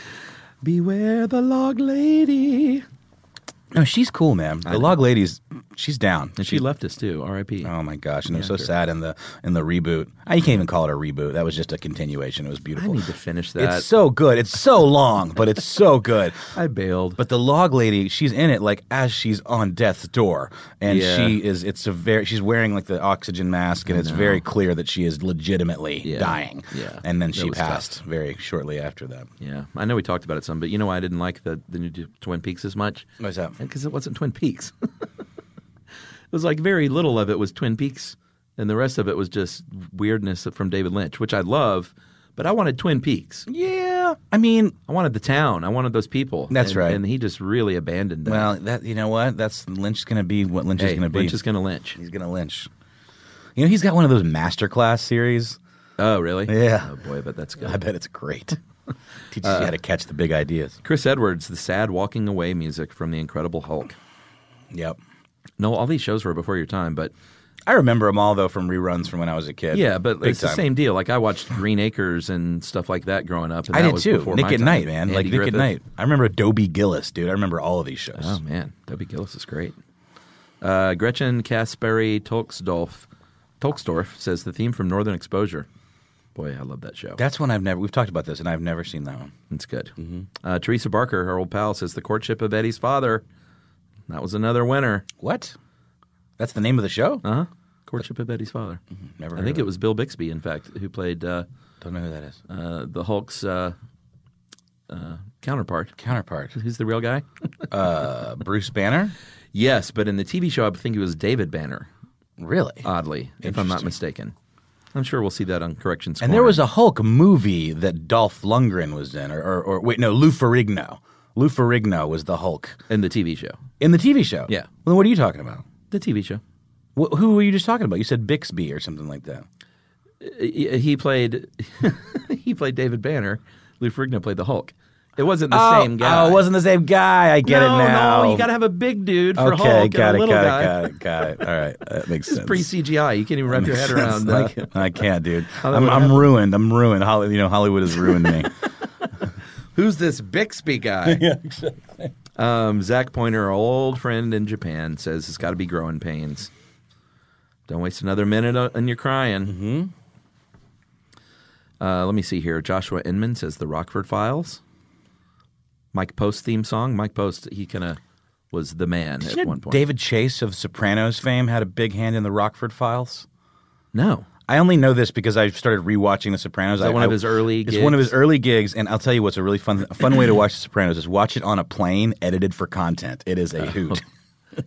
Speaker 3: Beware the log lady.
Speaker 2: no, she's cool, man. The Log Lady's she's down.
Speaker 3: And she left us too. R.I.P.
Speaker 2: Oh my gosh, and I'm so
Speaker 3: After.
Speaker 2: sad in the in the reboot. I, you can't even call it a reboot. That was just a continuation. It was beautiful.
Speaker 3: I need to finish that.
Speaker 2: It's so good. It's so long, but it's so good.
Speaker 3: I bailed.
Speaker 2: But the log lady, she's in it like as she's on death's door, and
Speaker 3: Yeah.
Speaker 2: she is. It's a very. She's wearing like the oxygen mask, and it's very clear that she is legitimately
Speaker 3: Yeah.
Speaker 2: dying.
Speaker 3: Yeah.
Speaker 2: and then
Speaker 3: That
Speaker 2: she
Speaker 3: was tough.
Speaker 2: passed very shortly after that.
Speaker 3: Yeah, I know we talked about it some, but you know why I didn't like the the new t- Twin Peaks as much?
Speaker 2: What's that?
Speaker 3: Because it wasn't Twin Peaks. it was like very little of it was Twin Peaks, and the rest of it was just weirdness from David Lynch, which I love. But I wanted Twin Peaks.
Speaker 2: Yeah, I mean,
Speaker 3: I wanted the town. I wanted those people.
Speaker 2: That's
Speaker 3: And-
Speaker 2: right.
Speaker 3: And he just really abandoned that.
Speaker 2: well, that you know what? That's Lynch's going to be what Lynch
Speaker 3: hey,
Speaker 2: is going to be.
Speaker 3: Lynch is going to lynch.
Speaker 2: He's going to lynch. You know, he's got one of those masterclass series.
Speaker 3: Oh, really?
Speaker 2: Yeah.
Speaker 3: Oh boy, but that's good.
Speaker 2: I bet it's great. Teaches you how to catch the big ideas.
Speaker 3: Chris Edwards, the sad walking away music from The Incredible Hulk.
Speaker 2: Yep.
Speaker 3: No, all these shows were before your time, but
Speaker 2: I remember them all though from reruns from when I was a kid.
Speaker 3: Yeah, but
Speaker 2: Big
Speaker 3: it's the
Speaker 2: time.
Speaker 3: same deal. Like I watched Green Acres and stuff like that growing up. And
Speaker 2: I
Speaker 3: that
Speaker 2: did
Speaker 3: was
Speaker 2: too.
Speaker 3: before
Speaker 2: Nick
Speaker 3: my
Speaker 2: at
Speaker 3: time.
Speaker 2: Night, man. like
Speaker 3: Andy
Speaker 2: Nick at
Speaker 3: Griffith.
Speaker 2: Night. I remember Dobie Gillis, dude. I remember all of these shows.
Speaker 3: Oh man, Debbie Gillis is great. Uh, Gretchen Caspary Tolksdorf, Tolksdorf says the theme from Northern Exposure. Boy, I love that show.
Speaker 2: That's one I've never. We've talked about this, and I've never seen that one.
Speaker 3: It's good.
Speaker 2: Mm-hmm.
Speaker 3: Uh, Teresa Barker, her old pal, says the courtship of Eddie's father. That was another winner.
Speaker 2: What? That's the name of the show.
Speaker 3: Uh huh. Courtship of Eddie's father.
Speaker 2: Never.
Speaker 3: I
Speaker 2: heard
Speaker 3: think
Speaker 2: of
Speaker 3: it was Bill Bixby, in fact, who played uh,
Speaker 2: Don't know who that is.
Speaker 3: uh, the Hulk's uh, uh, counterpart.
Speaker 2: Counterpart.
Speaker 3: Who's the real guy?
Speaker 2: Uh, Bruce Banner.
Speaker 3: Yes, but in the TV show, I think it was David Banner.
Speaker 2: Really?
Speaker 3: Oddly, if I'm not mistaken, I'm sure we'll see that on corrections.
Speaker 2: and there was a Hulk movie that Dolph Lundgren was in, or, or, or wait, no, Lou Ferrigno. Lou Ferrigno was the Hulk
Speaker 3: in the TV show.
Speaker 2: in the TV show.
Speaker 3: Yeah.
Speaker 2: Well, then what are you talking about?
Speaker 3: The TV show.
Speaker 2: Wh- who were you just talking about? You said Bixby or something like that.
Speaker 3: He he played he played David Banner. Lou Ferrigno played the Hulk. It wasn't the
Speaker 2: oh,
Speaker 3: same guy.
Speaker 2: Oh, it wasn't the same guy. I get
Speaker 3: no,
Speaker 2: it now.
Speaker 3: No, you got to have a big dude for
Speaker 2: okay,
Speaker 3: Hulk
Speaker 2: got
Speaker 3: and
Speaker 2: it,
Speaker 3: a little
Speaker 2: got
Speaker 3: guy.
Speaker 2: it, got it, got it. All right, that makes
Speaker 3: This is
Speaker 2: sense.
Speaker 3: pre CGI. You can't even wrap your head around. Uh,
Speaker 2: Like, I can't, dude.
Speaker 3: that
Speaker 2: I'm,
Speaker 3: would
Speaker 2: I'm
Speaker 3: happen.
Speaker 2: ruined. I'm ruined. Holly, you know, Hollywood has ruined me.
Speaker 3: Who's this Bixby guy? yeah, exactly. Um, Zach Pointer, our old friend in Japan, says it's got to be growing pains. Don't waste another minute on on your crying. Mm-hmm. Uh, let me see here. Joshua Inman says the Rockford Files. Mike Post theme song. Mike Post, he kind of was the man
Speaker 2: Did
Speaker 3: at
Speaker 2: you know
Speaker 3: one point.
Speaker 2: David Chase of Sopranos fame had a big hand in the Rockford Files.
Speaker 3: no,
Speaker 2: I only know this because I started rewatching The Sopranos.
Speaker 3: that
Speaker 2: I-
Speaker 3: one of
Speaker 2: I-
Speaker 3: his early
Speaker 2: It's one of
Speaker 3: gigs?
Speaker 2: his early gigs, and I'll tell you what's a really fun a fun way to watch The Sopranos is watch it on a plane, edited for content. It is
Speaker 3: Oh,
Speaker 2: a hoot.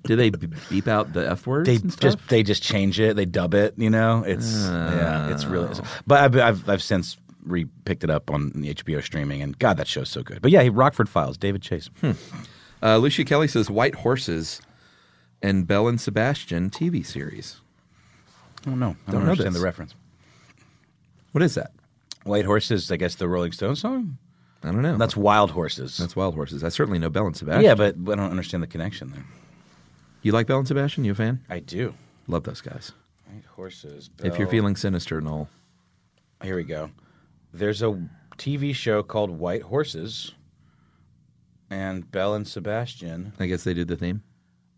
Speaker 3: do they b- beep out the f words?
Speaker 2: they
Speaker 3: and stuff?
Speaker 2: just they just change it. They dub it. You know, it's yeah, it's really. it's-
Speaker 3: Ah.
Speaker 2: but I've, I've I've since re picked it up on the HBO streaming, and God, that show's so good. But yeah, Rockford Files, David Chase.
Speaker 3: Uh, Lucia Kelly says White Horses and Belle and Sebastian TV series.
Speaker 2: I don't know. I
Speaker 3: Don't
Speaker 2: don't,
Speaker 3: know
Speaker 2: understand
Speaker 3: this.
Speaker 2: the reference.
Speaker 3: What is that?
Speaker 2: White horses, I guess the Rolling Stones song.
Speaker 3: I don't know.
Speaker 2: That's Wild Horses.
Speaker 3: That's Wild Horses. I certainly know Bell and Sebastian.
Speaker 2: yeah, but I don't understand the connection there.
Speaker 3: you like Bell and Sebastian? You a fan?
Speaker 2: I do.
Speaker 3: Love those guys.
Speaker 2: White horses.
Speaker 3: If you're
Speaker 2: Bell.
Speaker 3: feeling sinister, Noel,
Speaker 2: Here we go. There's a TV show called White Horses, and Belle and Sebastian.
Speaker 3: I guess they did the theme.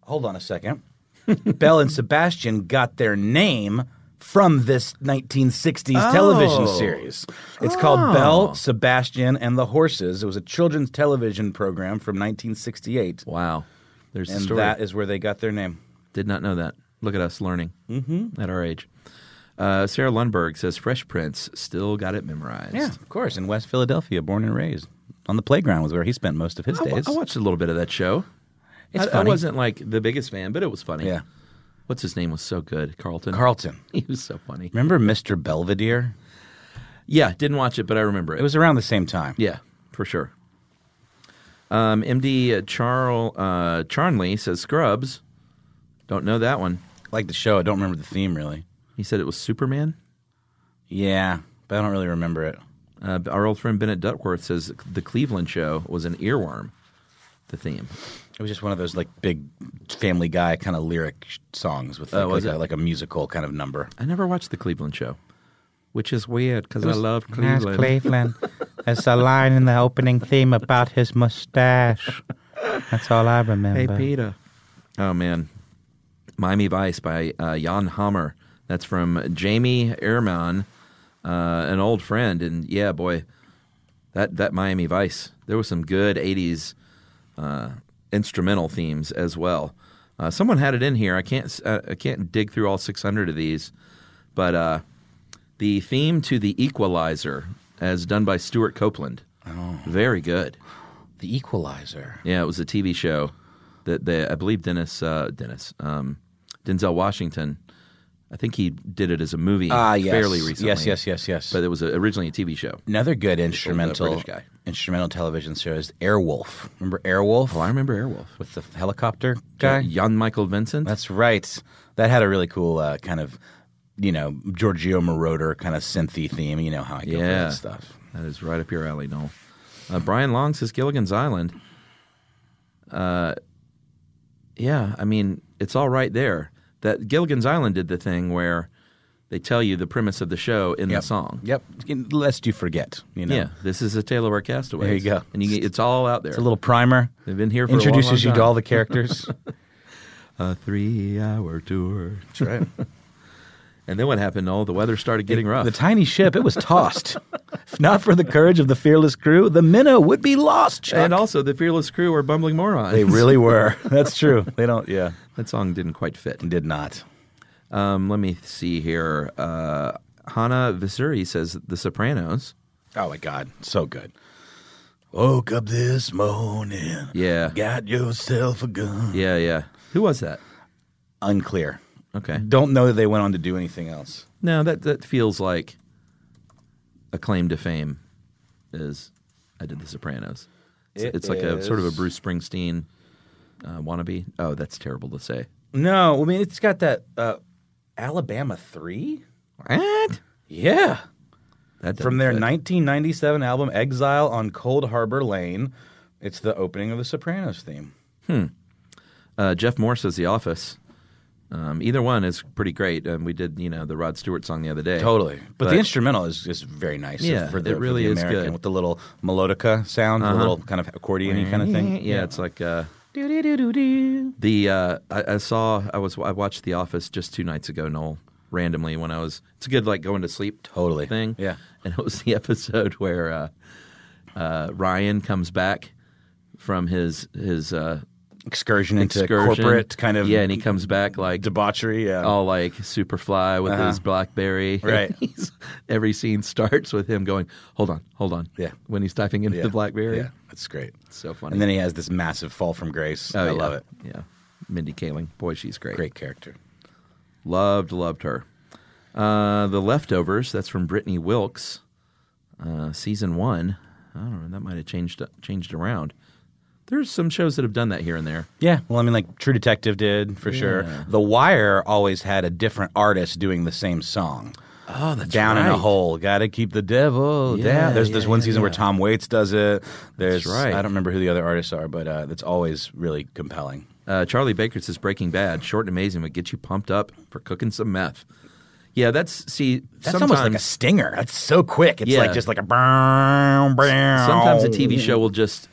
Speaker 2: Hold on a second. Belle and Sebastian got their name from this 1960s television
Speaker 3: Oh.
Speaker 2: series. It's called Belle, Sebastian, and the Horses. It was a children's television program from 1968,
Speaker 3: Wow, there's the
Speaker 2: and
Speaker 3: story.
Speaker 2: that is where they got their name.
Speaker 3: Did not know that. Look at us learning mm-hmm. at our age. Uh, Sarah Lundberg says Fresh Prince still got it memorized.
Speaker 2: Yeah, of course, in West Philadelphia, born and raised. On the playground was where he spent most of his
Speaker 3: I, wa-
Speaker 2: days.
Speaker 3: I watched a little bit of that show.
Speaker 2: It's
Speaker 3: I, I
Speaker 2: funny.
Speaker 3: wasn't like the biggest fan, but it was funny.
Speaker 2: Yeah.
Speaker 3: What's his name was so good, Carlton.
Speaker 2: Carlton.
Speaker 3: He was so funny.
Speaker 2: Remember Mr. Belvedere?
Speaker 3: Yeah, didn't watch it, but I remember it.
Speaker 2: It was around the same time.
Speaker 3: Yeah, for sure. Um, MD Charl uh, Charnley says Scrubs. Don't know that one.
Speaker 2: Like the show, I don't remember the theme really.
Speaker 3: He said it was Superman.
Speaker 2: Yeah, but I don't really remember it.
Speaker 3: Uh, our old friend Bennett Duckworth says the Cleveland show was an earworm. The theme.
Speaker 2: It was just one of those like big Family Guy kind of lyric sh- songs with like,
Speaker 3: Oh, was
Speaker 2: like,
Speaker 3: it?
Speaker 2: a, like a musical kind of number.
Speaker 3: I never watched the Cleveland show, which is weird because I love
Speaker 10: Nice
Speaker 3: Cleveland.
Speaker 10: Cleveland. There's a line in the opening theme about his mustache. That's all I remember.
Speaker 3: Hey Peter. Oh man, Miami Vice by uh, Jan Hammer. That's from Jamie Ehrman, uh, an old friend. And yeah, boy, that, that Miami Vice, there was some good 80s uh, instrumental themes as well. Uh, someone had it in here. I can't, s- uh, I can't dig through all 600 of these, but uh, the theme to The Equalizer, as done by Stuart Copeland. Very good.
Speaker 2: The Equalizer.
Speaker 3: Yeah, it was a TV show that they, I believe Dennis, uh, Dennis, um, Denzel Washington. I think he did it as a movie
Speaker 2: Ah, yes.
Speaker 3: fairly recently.
Speaker 2: Yes, yes, yes, yes.
Speaker 3: But it was a, originally a TV show.
Speaker 2: Another good
Speaker 3: British
Speaker 2: instrumental
Speaker 3: guy.
Speaker 2: instrumental television series, Airwolf. Remember Airwolf? Oh, I
Speaker 3: remember Airwolf
Speaker 2: with the helicopter guy,
Speaker 3: Jan Michael Vincent.
Speaker 2: That's right. That had a really cool uh, kind of, you know, Giorgio Moroder kind of synthy theme. You know how I go for
Speaker 3: Yeah.
Speaker 2: that stuff.
Speaker 3: That is right up your alley, Noel. Uh, Brian Long says Gilligan's Island. Uh, yeah, I mean it's all right there. That Gilligan's Island did the thing where they tell you the premise of the show in the song.
Speaker 2: Yep, lest you forget. You know.
Speaker 3: Yeah, this is a tale of our castaways.
Speaker 2: There you go.
Speaker 3: and you, get- it's all out there.
Speaker 2: It's a little primer.
Speaker 3: They've been here for a long,
Speaker 2: introduces
Speaker 3: long
Speaker 2: you
Speaker 3: time.
Speaker 2: to all the characters.
Speaker 3: a three-hour tour. That's
Speaker 2: right.
Speaker 3: and then what happened? Noel? the weather started getting rough.
Speaker 2: The tiny ship, it was tossed. if not for the courage of the fearless crew, the minnow would be lost. Chuck.
Speaker 3: And also, the fearless crew were bumbling morons.
Speaker 2: They really were. That's true. They don't. Yeah,
Speaker 3: that song didn't quite fit.
Speaker 2: Did not.
Speaker 3: Um, let me see here. Uh, Hannah Visuri says The Sopranos.
Speaker 2: Oh my God, so good. Woke up this morning.
Speaker 3: Yeah.
Speaker 2: Got yourself a gun.
Speaker 3: Yeah, yeah. Who was that?
Speaker 2: Unclear.
Speaker 3: Okay.
Speaker 2: Don't know that they went on to do anything else.
Speaker 3: No, that that feels like a claim to fame. Is I did The Sopranos. It's,
Speaker 2: It
Speaker 3: it's like a sort of a
Speaker 2: is.
Speaker 3: Bruce Springsteen uh, wannabe. Oh, that's terrible to say.
Speaker 2: No, I mean it's got that uh, Alabama three.
Speaker 3: What?
Speaker 2: Yeah.
Speaker 3: That doesn't
Speaker 2: From their
Speaker 3: fit.
Speaker 2: 1997 album Exile on Cold Harbor Lane, it's the opening of the Sopranos theme.
Speaker 3: Hmm. Uh, Jeff Moore says The Office. Um, either one is pretty great. Um, we did, you know, the Rod Stewart song the other day.
Speaker 2: Totally. But, the instrumental is just very nice.
Speaker 3: Yeah,
Speaker 2: for the,
Speaker 3: it
Speaker 2: for
Speaker 3: really
Speaker 2: the
Speaker 3: is
Speaker 2: American,
Speaker 3: good.
Speaker 2: With the little melodica sound,
Speaker 3: Uh-huh.
Speaker 2: the little kind of accordion kind of thing.
Speaker 3: Yeah, it's like uh, the uh, I, I saw I was I watched The Office just two nights ago, Noel, randomly when I was. It's a good like going to sleep
Speaker 2: totally
Speaker 3: thing.
Speaker 2: Yeah.
Speaker 3: and it was the episode where uh, uh, Ryan comes back from his his uh,
Speaker 2: excursion into
Speaker 3: excursion.
Speaker 2: corporate kind of
Speaker 3: yeah, and he comes back like
Speaker 2: debauchery, yeah,
Speaker 3: all like superfly with
Speaker 2: Uh-huh.
Speaker 3: his BlackBerry,
Speaker 2: Right.
Speaker 3: He's- every scene starts with him going, "Hold on, hold on,"
Speaker 2: Yeah.
Speaker 3: when he's typing into
Speaker 2: Yeah.
Speaker 3: the BlackBerry.
Speaker 2: Yeah, that's great.
Speaker 3: so funny.
Speaker 2: And then he has this massive fall from grace.
Speaker 3: Oh,
Speaker 2: I
Speaker 3: yeah.
Speaker 2: love it.
Speaker 3: Yeah. Mindy Kaling. Boy, she's great.
Speaker 2: Great character.
Speaker 3: Loved, loved her. Uh, the Leftovers, that's from Brittany Wilkes, uh, season one. I don't know, that might have changed changed around. There's some shows that have done that here and there.
Speaker 2: Yeah, well, I mean, like True Detective did for sure.
Speaker 3: Yeah.
Speaker 2: The Wire always had a different artist doing the same song.
Speaker 3: Oh, that's
Speaker 2: down in a
Speaker 3: right.
Speaker 2: hole, gotta keep the devil
Speaker 3: Yeah,
Speaker 2: down. There's this
Speaker 3: yeah,
Speaker 2: one
Speaker 3: yeah,
Speaker 2: season where
Speaker 3: yeah.
Speaker 2: Tom Waits does it. There's
Speaker 3: right.
Speaker 2: I don't remember who the other artists are, but uh, that's always really compelling.
Speaker 3: Uh, Charlie Baker says Breaking Bad, short and amazing, would get you pumped up for cooking some meth. Yeah, that's see.
Speaker 2: That's almost like a
Speaker 3: sometimes-
Speaker 2: stinger. That's so quick. It's
Speaker 3: Yeah.
Speaker 2: like just like a brown, brown.
Speaker 3: Sometimes a TV show will just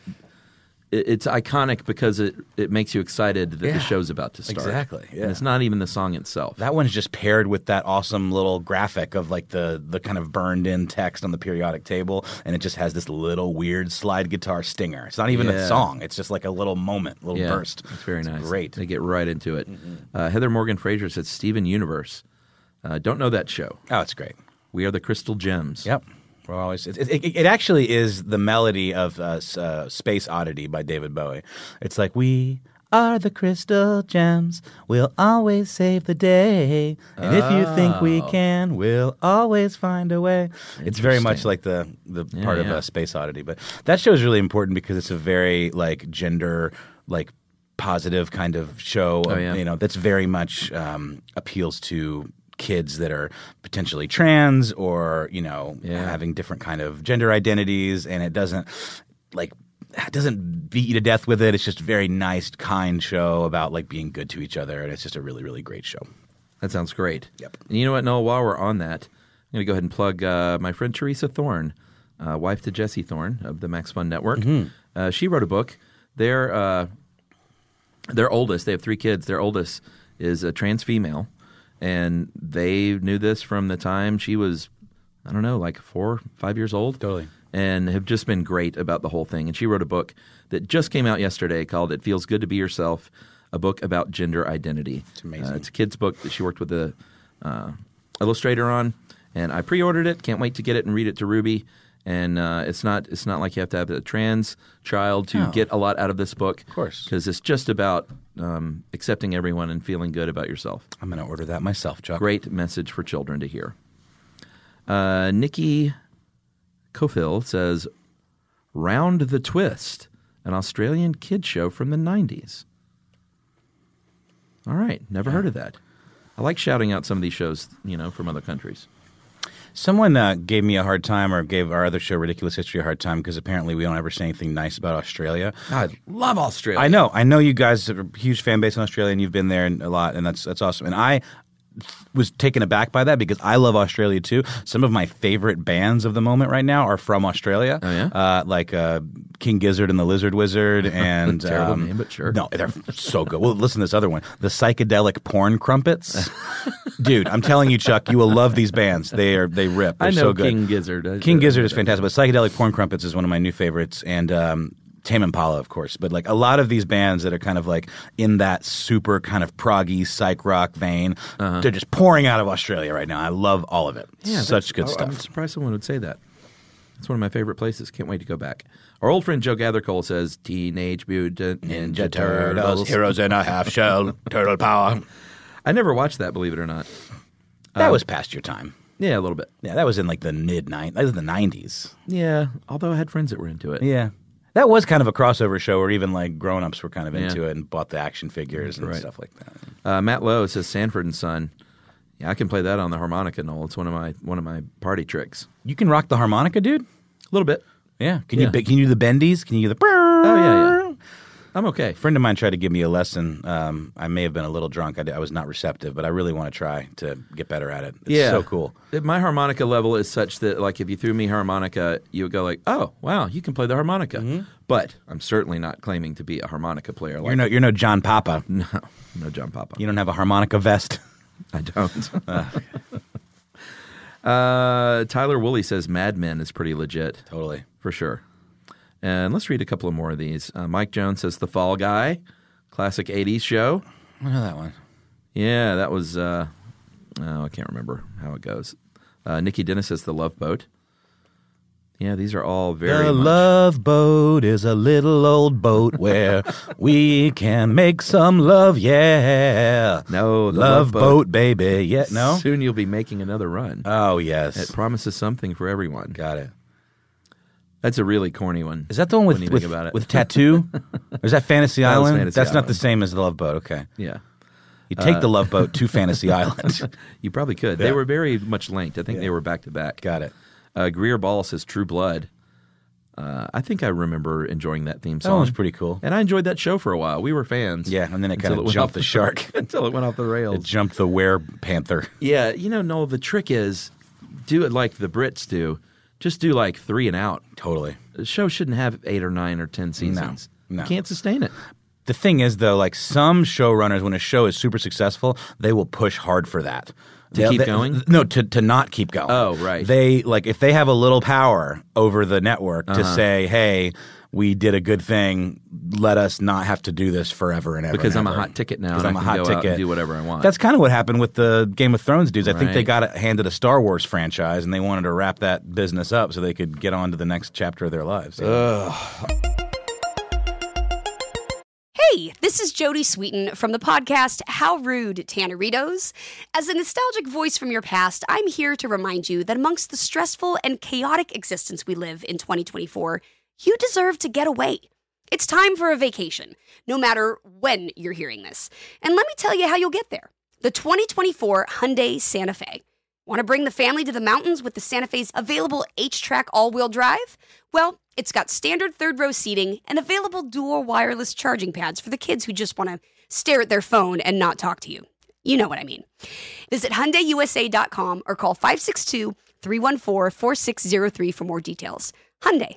Speaker 3: it- it's iconic because it, it makes you excited that
Speaker 2: Yeah.
Speaker 3: the show's about to start.
Speaker 2: Exactly, yeah.
Speaker 3: And it's not even the song itself.
Speaker 2: That one's just paired with that awesome little graphic of like the the kind of burned in text on the periodic table, and it just has this little weird slide guitar stinger. It's not even
Speaker 3: Yeah.
Speaker 2: a song; it's just like a little moment, little
Speaker 3: yeah,
Speaker 2: burst.
Speaker 3: It's very nice.
Speaker 2: great.
Speaker 3: They get right into it. Uh, Heather Morgan Fraser said Steven Universe. Uh, don't know that show.
Speaker 2: Oh, it's great.
Speaker 3: We are the Crystal Gems.
Speaker 2: Yep. We're always. It, it, it- it actually is the melody of uh, S- uh, "Space Oddity" by David Bowie. It's like we are the crystal gems. We'll always save the day, and if you think we
Speaker 3: Oh.
Speaker 2: can, we'll always find a way. It's very much like the the
Speaker 3: Yeah,
Speaker 2: part of
Speaker 3: yeah.
Speaker 2: uh, "Space Oddity," but that show is really important because it's a very like gender like positive kind of show.
Speaker 3: Oh, yeah.
Speaker 2: You know, that's very much um, appeals to kids that are potentially trans or you know having different kind of gender identities, and it doesn't like it doesn't beat you to death with it. It's just a very nice, kind show about like being good to each other, and it's just a really, really great show.
Speaker 3: That sounds great. Yep. And you know what, Noel? While we're on that, I'm going to go ahead and plug uh, my friend Teresa Thorne, uh, wife to Jesse Thorne of the Max Fun Network.
Speaker 2: Mm-hmm.
Speaker 3: Uh, she wrote a book. Their uh, their oldest, they have three kids. Their oldest is a trans female, and they knew this from the time she was, I don't know, like four, five years old. Totally. And have just been great about the whole thing. And she wrote a book that just came out yesterday called "It Feels Good to Be Yourself," a book about gender identity. It's amazing. it's a kid's book that she worked with a uh, illustrator on, and I pre-ordered it. Can't wait to get it and read it to Ruby. And uh, it's not it's not like you have to have a trans child to
Speaker 2: No.
Speaker 3: get a lot out of this book, of course, because it's just about um, accepting everyone and feeling good about yourself. I'm going to order that myself, Chuck. Great message for children to hear. Uh, Nikki Cofill says, "Round the Twist," an Australian kid show from the '90s. All right, never heard of that. I like shouting out some of these shows, you know, from other countries.
Speaker 2: Someone uh, gave me a hard time or gave our other show, Ridiculous History, a hard time because apparently we don't ever say anything nice about Australia.
Speaker 3: I love Australia.
Speaker 2: I know. I know you guys are a huge fan base in Australia and you've been there and a lot, and that's that's awesome. And I was taken aback by that because I love Australia too. Some of my favorite bands of the moment right now are from Australia. Oh, yeah? uh, like uh, King Gizzard and the Lizard Wizard and
Speaker 3: Terrible
Speaker 2: um,
Speaker 3: name, but sure.
Speaker 2: No, they're so good. Well, listen to this other one, the Psychedelic Porn Crumpets. Dude, I'm telling you, Chuck, you will love these bands. They are they rip. They're
Speaker 3: I know
Speaker 2: so good.
Speaker 3: King Gizzard. I-
Speaker 2: King Gizzard is fantastic, but Psychedelic Porn Crumpets is one of my new favorites, and um, Tame Impala, of course. But like a lot of these bands that are kind of like in that super kind of proggy psych rock vein, they're just pouring out of Australia right now. I love all of it. Such good
Speaker 3: Uh-huh. that's- I-
Speaker 2: stuff.
Speaker 3: I'm surprised someone would say that. It's one of my favorite places. Can't wait to go back. Our old friend Joe Gathercole says, "Teenage Mutant Ninja
Speaker 2: Turtles,
Speaker 3: Turtles,
Speaker 2: heroes in a half shell, turtle power."
Speaker 3: I never watched that, believe it or not.
Speaker 2: That
Speaker 3: Uh,
Speaker 2: was past your time.
Speaker 3: Yeah, a little bit.
Speaker 2: Yeah, that was in like the mid nine. That was the nineties.
Speaker 3: Yeah, although I had friends that were into it.
Speaker 2: Yeah. That was kind of a crossover show where even like grown ups were kind of
Speaker 3: Yeah.
Speaker 2: into it and bought the action figures and
Speaker 3: Right.
Speaker 2: stuff like that.
Speaker 3: Uh, Matt Lowe says Sanford and Son. Yeah, I can play that on the harmonica, Noel. It's one of my one of my party tricks.
Speaker 2: You can rock the harmonica, dude. A
Speaker 3: little bit.
Speaker 2: Yeah. Can
Speaker 3: Yeah.
Speaker 2: you can you do the bendies? Can you do the? Oh
Speaker 3: yeah, yeah. I'm okay. A
Speaker 2: friend of mine tried to give me a lesson. Um, I may have been a little drunk. I, d- I was not receptive, but I really want to try to get better at it. It's
Speaker 3: yeah,
Speaker 2: so cool.
Speaker 3: It- my harmonica level is such that, like, if you threw me harmonica, you would go like, "Oh, wow, you can play the harmonica." But I'm certainly not claiming to be a harmonica player. Like
Speaker 2: Mm-hmm. You're no you're no John Papa.
Speaker 3: No, no John Papa.
Speaker 2: You don't have a harmonica vest.
Speaker 3: I don't. Uh, Tyler Woolley says Mad Men is pretty legit.
Speaker 2: Totally.
Speaker 3: For sure. And let's read a couple of more of these. Uh, Mike Jones says The Fall Guy, classic 80s show.
Speaker 2: I know that one.
Speaker 3: Yeah, that was, uh, oh, I can't remember how it goes. Uh, Nikki Dennis says The Love Boat. Yeah, these are all very.
Speaker 2: the
Speaker 3: much-
Speaker 2: love boat is a little old boat where we can make some love. Yeah.
Speaker 3: No, the
Speaker 2: love,
Speaker 3: Love
Speaker 2: boat.
Speaker 3: Boat.
Speaker 2: baby. Yeah. No.
Speaker 3: Soon you'll be making another run.
Speaker 2: Oh yes.
Speaker 3: It promises something for everyone.
Speaker 2: Got it.
Speaker 3: That's a really corny one.
Speaker 2: Is that the one
Speaker 3: when
Speaker 2: with
Speaker 3: you
Speaker 2: with,
Speaker 3: think about it.
Speaker 2: with tattoo? or is that Fantasy
Speaker 3: That was
Speaker 2: Island?
Speaker 3: Fantasy
Speaker 2: That's not the
Speaker 3: Island.
Speaker 2: same as the Love Boat. Okay.
Speaker 3: Yeah.
Speaker 2: You take
Speaker 3: Uh,
Speaker 2: the Love Boat to Fantasy Island.
Speaker 3: you probably could.
Speaker 2: Yeah.
Speaker 3: They were very much linked. I think they were back to back.
Speaker 2: Got it.
Speaker 3: Uh, Greer Ball says True Blood. Uh, I think I remember enjoying that theme
Speaker 2: That
Speaker 3: song.
Speaker 2: one was pretty cool.
Speaker 3: And I enjoyed that show for a while. We were fans.
Speaker 2: Yeah, and then it
Speaker 3: Until
Speaker 2: kinda
Speaker 3: went
Speaker 2: jumped
Speaker 3: off
Speaker 2: the shark.
Speaker 3: until it went off the
Speaker 2: It
Speaker 3: rails.
Speaker 2: jumped the Were Panther.
Speaker 3: yeah, you know, Noel, the trick is do it like the Brits do. Just do like three and out.
Speaker 2: Totally.
Speaker 3: The show shouldn't have eight or nine or ten seasons.
Speaker 2: no.
Speaker 3: You can't sustain it.
Speaker 2: The thing is, though, like some showrunners, when a show is super successful, they will push hard for that.
Speaker 3: To
Speaker 2: They'll-
Speaker 3: keep
Speaker 2: they-
Speaker 3: going?
Speaker 2: No, to, to not keep going.
Speaker 3: Oh, right.
Speaker 2: They like if they have a little power over the network to
Speaker 3: Uh-huh.
Speaker 2: say, "Hey, we did a good thing. Let us not have to do this forever and ever."
Speaker 3: Because
Speaker 2: and
Speaker 3: I'm a
Speaker 2: ever."
Speaker 3: hot ticket now,
Speaker 2: Because
Speaker 3: and
Speaker 2: I'm
Speaker 3: I
Speaker 2: a
Speaker 3: can
Speaker 2: hot
Speaker 3: go out and
Speaker 2: ticket.
Speaker 3: do whatever I want.
Speaker 2: That's kind of what happened with the Game of Thrones dudes. I think they
Speaker 3: Right.
Speaker 2: got handed a Star Wars franchise, and they wanted to wrap that business up so they could get on to the next chapter of their lives.
Speaker 3: Uh.
Speaker 4: Hey, this is Jody Sweeten from the podcast How Rude Tanneritos. As a nostalgic voice from your past, I'm here to remind you that amongst the stressful and chaotic existence we live in 2024, you deserve to get away. It's time for a vacation, no matter when you're hearing this. And let me tell you how you'll get there. The 2024 Hyundai Santa Fe. Want to bring the family to the mountains with the Santa Fe's available H track all wheel drive? Well, it's got standard third row seating and available dual wireless charging pads for the kids who just want to stare at their phone and not talk to you. You know what I mean. Visit HyundaiUSA.com or call 562 314 4603 for more details. Hyundai,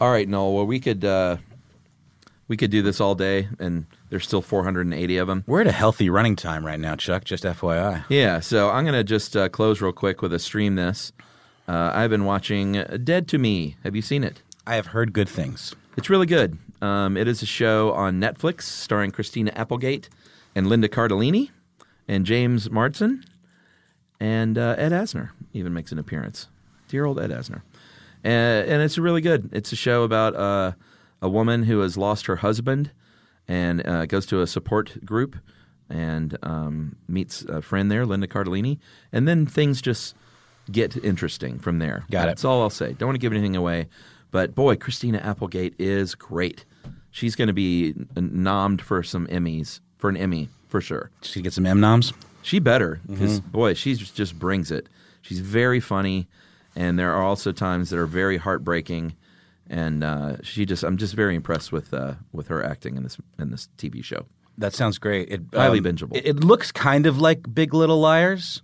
Speaker 3: All right, Noel. Well, we could uh, we could do this all day, and there's still 480 of them.
Speaker 2: We're at a healthy running time right now, Chuck. Just FYI.
Speaker 3: Yeah. So I'm gonna just uh, close real quick with a stream. This uh, I've been watching Dead to Me. Have you seen it?
Speaker 2: I have heard good things.
Speaker 3: It's really good. Um, it is a show on Netflix starring Christina Applegate and Linda Cardellini and James Martson and uh, Ed Asner even makes an appearance. Dear old Ed Asner. And, and, it's really good. It's a show about uh, a woman who has lost her husband and uh, goes to a support group and um, meets a friend there, Linda Cardellini, and then things just get interesting from there.
Speaker 2: Got it.
Speaker 3: That's all I'll say. Don't want to give anything away, but boy, Christina Applegate is great. She's going to be nommed for some Emmys for an Emmy for sure.
Speaker 2: She get some M noms.
Speaker 3: She better because mm-hmm. boy, she just brings it. She's very funny and there are also times that are very heartbreaking. And uh, she just, I'm just very impressed with uh, with her acting in this in this TV show.
Speaker 2: That sounds great. It,
Speaker 3: Highly um, bingeable.
Speaker 2: It, it, looks kind of like Big Little Liars.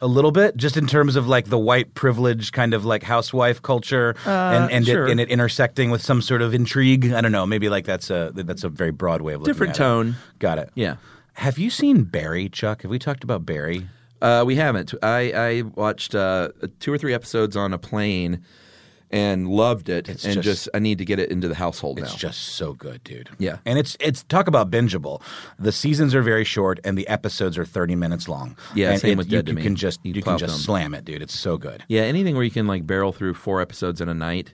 Speaker 2: A little bit, just in terms of like the white privilege kind of like housewife culture, uh, and and,
Speaker 3: sure.
Speaker 2: it, and it intersecting with some sort of intrigue. I don't know. Maybe like that's a that's a very broad way of looking
Speaker 3: different
Speaker 2: at
Speaker 3: tone.
Speaker 2: It. Got it.
Speaker 3: Yeah.
Speaker 2: Have you seen Barry, Chuck? Have we talked about Barry?
Speaker 3: Uh, we haven't. I, I watched uh, two or three episodes on a plane and loved it.
Speaker 2: It's
Speaker 3: and
Speaker 2: just-
Speaker 3: just, I need to get it into the household
Speaker 2: It's
Speaker 3: now.
Speaker 2: just so good, dude.
Speaker 3: Yeah.
Speaker 2: And it's it's talk about bingeable. The seasons are very short and the episodes are 30 minutes long.
Speaker 3: Yeah,
Speaker 2: and
Speaker 3: same
Speaker 2: it-
Speaker 3: with
Speaker 2: you,
Speaker 3: Dead to
Speaker 2: you
Speaker 3: Me.
Speaker 2: can just you,
Speaker 3: You
Speaker 2: can
Speaker 3: plow
Speaker 2: just
Speaker 3: them.
Speaker 2: slam it, dude. It's so good.
Speaker 3: yeah, anything where you can like barrel through four episodes in a night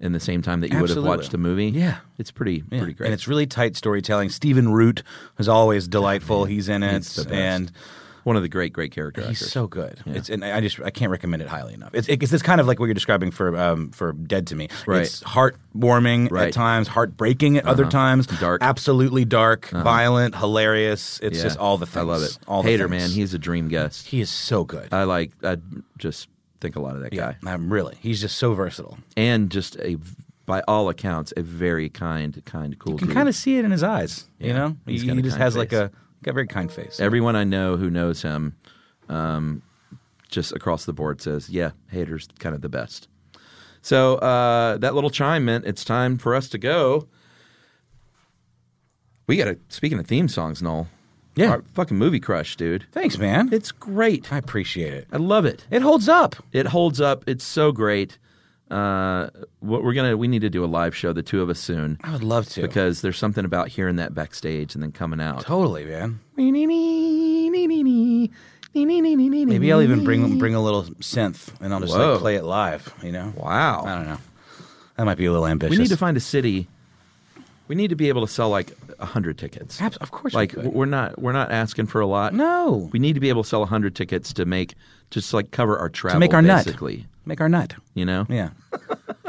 Speaker 3: in the same time that you would
Speaker 2: Absolutely.
Speaker 3: have watched a movie.
Speaker 2: Yeah.
Speaker 3: It's pretty
Speaker 2: Yeah.
Speaker 3: pretty great.
Speaker 2: And it's really tight storytelling. Stephen Root was always delightful. He's in it.
Speaker 3: He's the best.
Speaker 2: and
Speaker 3: one of the great, great character
Speaker 2: He's
Speaker 3: actors.
Speaker 2: so good.
Speaker 3: Yeah.
Speaker 2: It's and I just I can't recommend it highly enough. It's it's it's kind of like what you're describing for um for Dead to Me.
Speaker 3: Right.
Speaker 2: It's heartwarming at
Speaker 3: Right.
Speaker 2: times, heartbreaking at other
Speaker 3: Uh-huh.
Speaker 2: times,
Speaker 3: Dark. Uh-huh.
Speaker 2: absolutely dark, violent, hilarious. It's
Speaker 3: Yeah.
Speaker 2: just all the things.
Speaker 3: I love it.
Speaker 2: All
Speaker 3: Hater,
Speaker 2: the
Speaker 3: man.
Speaker 2: things.
Speaker 3: He's a dream guest.
Speaker 2: he is so good.
Speaker 3: I like, I just think a lot of that guy.
Speaker 2: I'm really. He's just so versatile.
Speaker 3: And just a, by all accounts, a very kind, kind, cool
Speaker 2: You can
Speaker 3: dude.
Speaker 2: kind of see it in his eyes. You
Speaker 3: Yeah.
Speaker 2: know, he,
Speaker 3: He's got
Speaker 2: he
Speaker 3: a
Speaker 2: just
Speaker 3: kind
Speaker 2: has like
Speaker 3: face.
Speaker 2: a got a very kind face.
Speaker 3: Everyone I know who knows him, um, just across the board says, yeah, haters kind of the best. So uh, that little chime meant it's time for us to go. We got to, speaking of theme songs, Noel.
Speaker 2: Yeah.
Speaker 3: Our fucking movie crush, dude.
Speaker 2: Thanks, man.
Speaker 3: It's great.
Speaker 2: I appreciate it.
Speaker 3: I love it.
Speaker 2: It holds up.
Speaker 3: It holds up. It's so great. Uh, what we're gonna we need to do a live show, the two of us soon,
Speaker 2: I would love to.
Speaker 3: because there's something about hearing that backstage and then coming out.
Speaker 2: totally, man.
Speaker 3: Maybe
Speaker 2: Maybe I'll even
Speaker 3: Mm-hmm.
Speaker 2: bring bring a little synth and I'll just
Speaker 3: Whoa.
Speaker 2: like play it live. You know?
Speaker 3: Wow.
Speaker 2: I don't know. That might be a little ambitious.
Speaker 3: We need to find a city We need to be able to sell like hundred tickets.
Speaker 2: of course, we
Speaker 3: Like
Speaker 2: could.
Speaker 3: we're not we're not asking for a lot.
Speaker 2: No,
Speaker 3: we need to be able to sell hundred tickets to make just like cover our travel.
Speaker 2: make our nut.
Speaker 3: basically.
Speaker 2: Make our nut.
Speaker 3: You know?
Speaker 2: Yeah.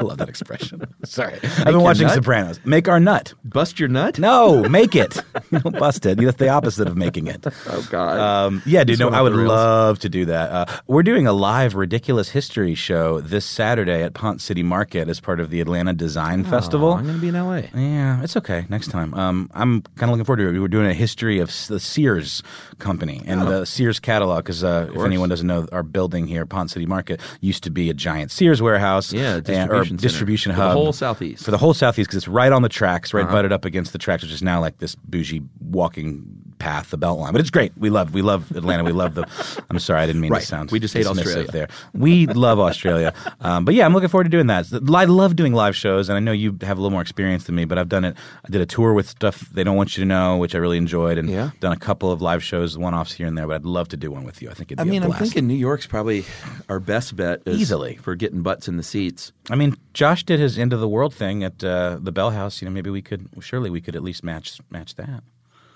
Speaker 2: I love that expression. Sorry.
Speaker 3: Make
Speaker 2: I've been
Speaker 3: your
Speaker 2: watching
Speaker 3: nut?
Speaker 2: Sopranos. Make our nut.
Speaker 3: Bust your nut?
Speaker 2: No, make it. Don't bust it. That's the opposite of making it.
Speaker 3: Oh God.
Speaker 2: Um, yeah, dude.
Speaker 3: This
Speaker 2: No,
Speaker 3: went
Speaker 2: I
Speaker 3: off
Speaker 2: would
Speaker 3: the rails.
Speaker 2: love to do that. Uh, we're doing a live ridiculous history show this Saturday at Pont City Market as part of the Atlanta Design
Speaker 3: Aw,
Speaker 2: Festival.
Speaker 3: I'm gonna be in L.A.
Speaker 2: Yeah, it's okay. Next time. Um, I'm kind of looking forward to it. We're doing a history of S- the Sears company and
Speaker 3: Oh.
Speaker 2: the Sears catalog because uh, if
Speaker 3: course.
Speaker 2: anyone doesn't know, our building here, Pond City Market, used to be a giant Sears warehouse.
Speaker 3: Yeah,
Speaker 2: and- or
Speaker 3: distribution center
Speaker 2: distribution
Speaker 3: for the
Speaker 2: hub
Speaker 3: whole Southeast.
Speaker 2: for the whole Southeast because it's right on the tracks, right
Speaker 3: Uh-huh.
Speaker 2: butted up against the tracks, which is now like this bougie walking path, the belt line. But it's great. We love we love Atlanta. we love the. I'm sorry, I didn't mean
Speaker 3: Right.
Speaker 2: to sound
Speaker 3: We just hate
Speaker 2: dismissive
Speaker 3: Australia.
Speaker 2: there. We love Australia, um, but yeah, I'm looking forward to doing that. I love doing live shows, and I know you have a little more experience than me, but I've done it. I did a tour with stuff they don't want you to know, which I really enjoyed, and
Speaker 3: Yeah.
Speaker 2: done a couple of live shows, one offs here and there. But I'd love to do one with you. I think it'd
Speaker 3: I
Speaker 2: be
Speaker 3: mean,
Speaker 2: a
Speaker 3: I'm
Speaker 2: blast.
Speaker 3: thinking New York's probably our best bet is
Speaker 2: Easily.
Speaker 3: for getting butts in the seats.
Speaker 2: I mean, Josh did his end of the world thing at uh, the Bell House. You know, maybe we could, surely we could at least match match that.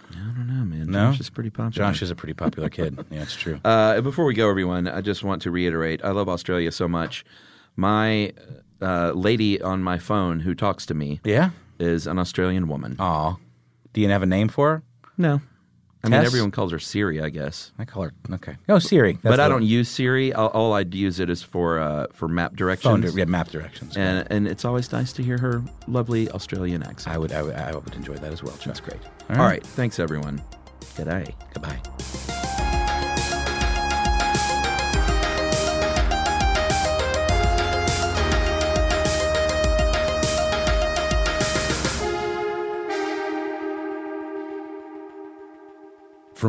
Speaker 3: I don't know, man.
Speaker 2: No,
Speaker 3: Josh is pretty popular.
Speaker 2: Josh is a pretty popular kid. Yeah, it's true.
Speaker 3: Uh, and before we go, everyone, I just want to reiterate: I love Australia so much. My uh, lady on my phone who talks to me,
Speaker 2: Yeah?
Speaker 3: is an Australian woman.
Speaker 2: Aw, do you have a name for her?
Speaker 3: No, I mean
Speaker 2: Tess?
Speaker 3: everyone calls her Siri, I guess.
Speaker 2: I call her okay. Oh, Siri. That's
Speaker 3: but I
Speaker 2: the-
Speaker 3: don't use Siri. All, all I use it is for uh, for map
Speaker 2: Phone
Speaker 3: directions.
Speaker 2: di- yeah, map directions.
Speaker 3: and and it's always nice to hear her lovely Australian accent.
Speaker 2: I would I would, I would enjoy that as well. Josh.
Speaker 3: That's great. All
Speaker 2: All right.
Speaker 3: right. Thanks, everyone. G'day.
Speaker 2: Goodbye. For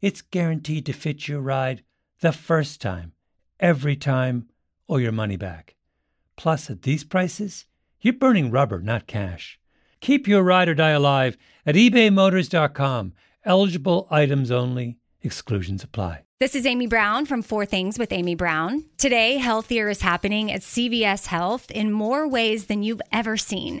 Speaker 11: it's guaranteed to fit your ride the first time, every time, or your money back. Plus, at these prices, you're burning rubber, not cash. Keep your ride or die alive at ebaymotors.com. Eligible items only, exclusions apply.
Speaker 5: This is Amy Brown from Four Things with Amy Brown. Today, healthier is happening at CVS Health in more ways than you've ever seen.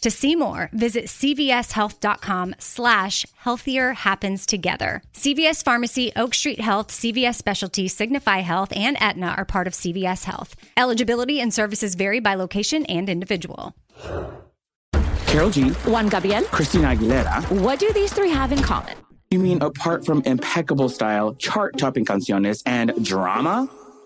Speaker 5: To see more, visit cvshealth.com slash healthier happens together. CVS Pharmacy, Oak Street Health, CVS Specialty, Signify Health, and Aetna are part of CVS Health. Eligibility and services vary by location and individual.
Speaker 12: Carol G,
Speaker 13: Juan Gabriel.
Speaker 12: Christina Aguilera.
Speaker 13: What do these three have in common?
Speaker 12: You mean apart from impeccable style, chart topping canciones, and drama?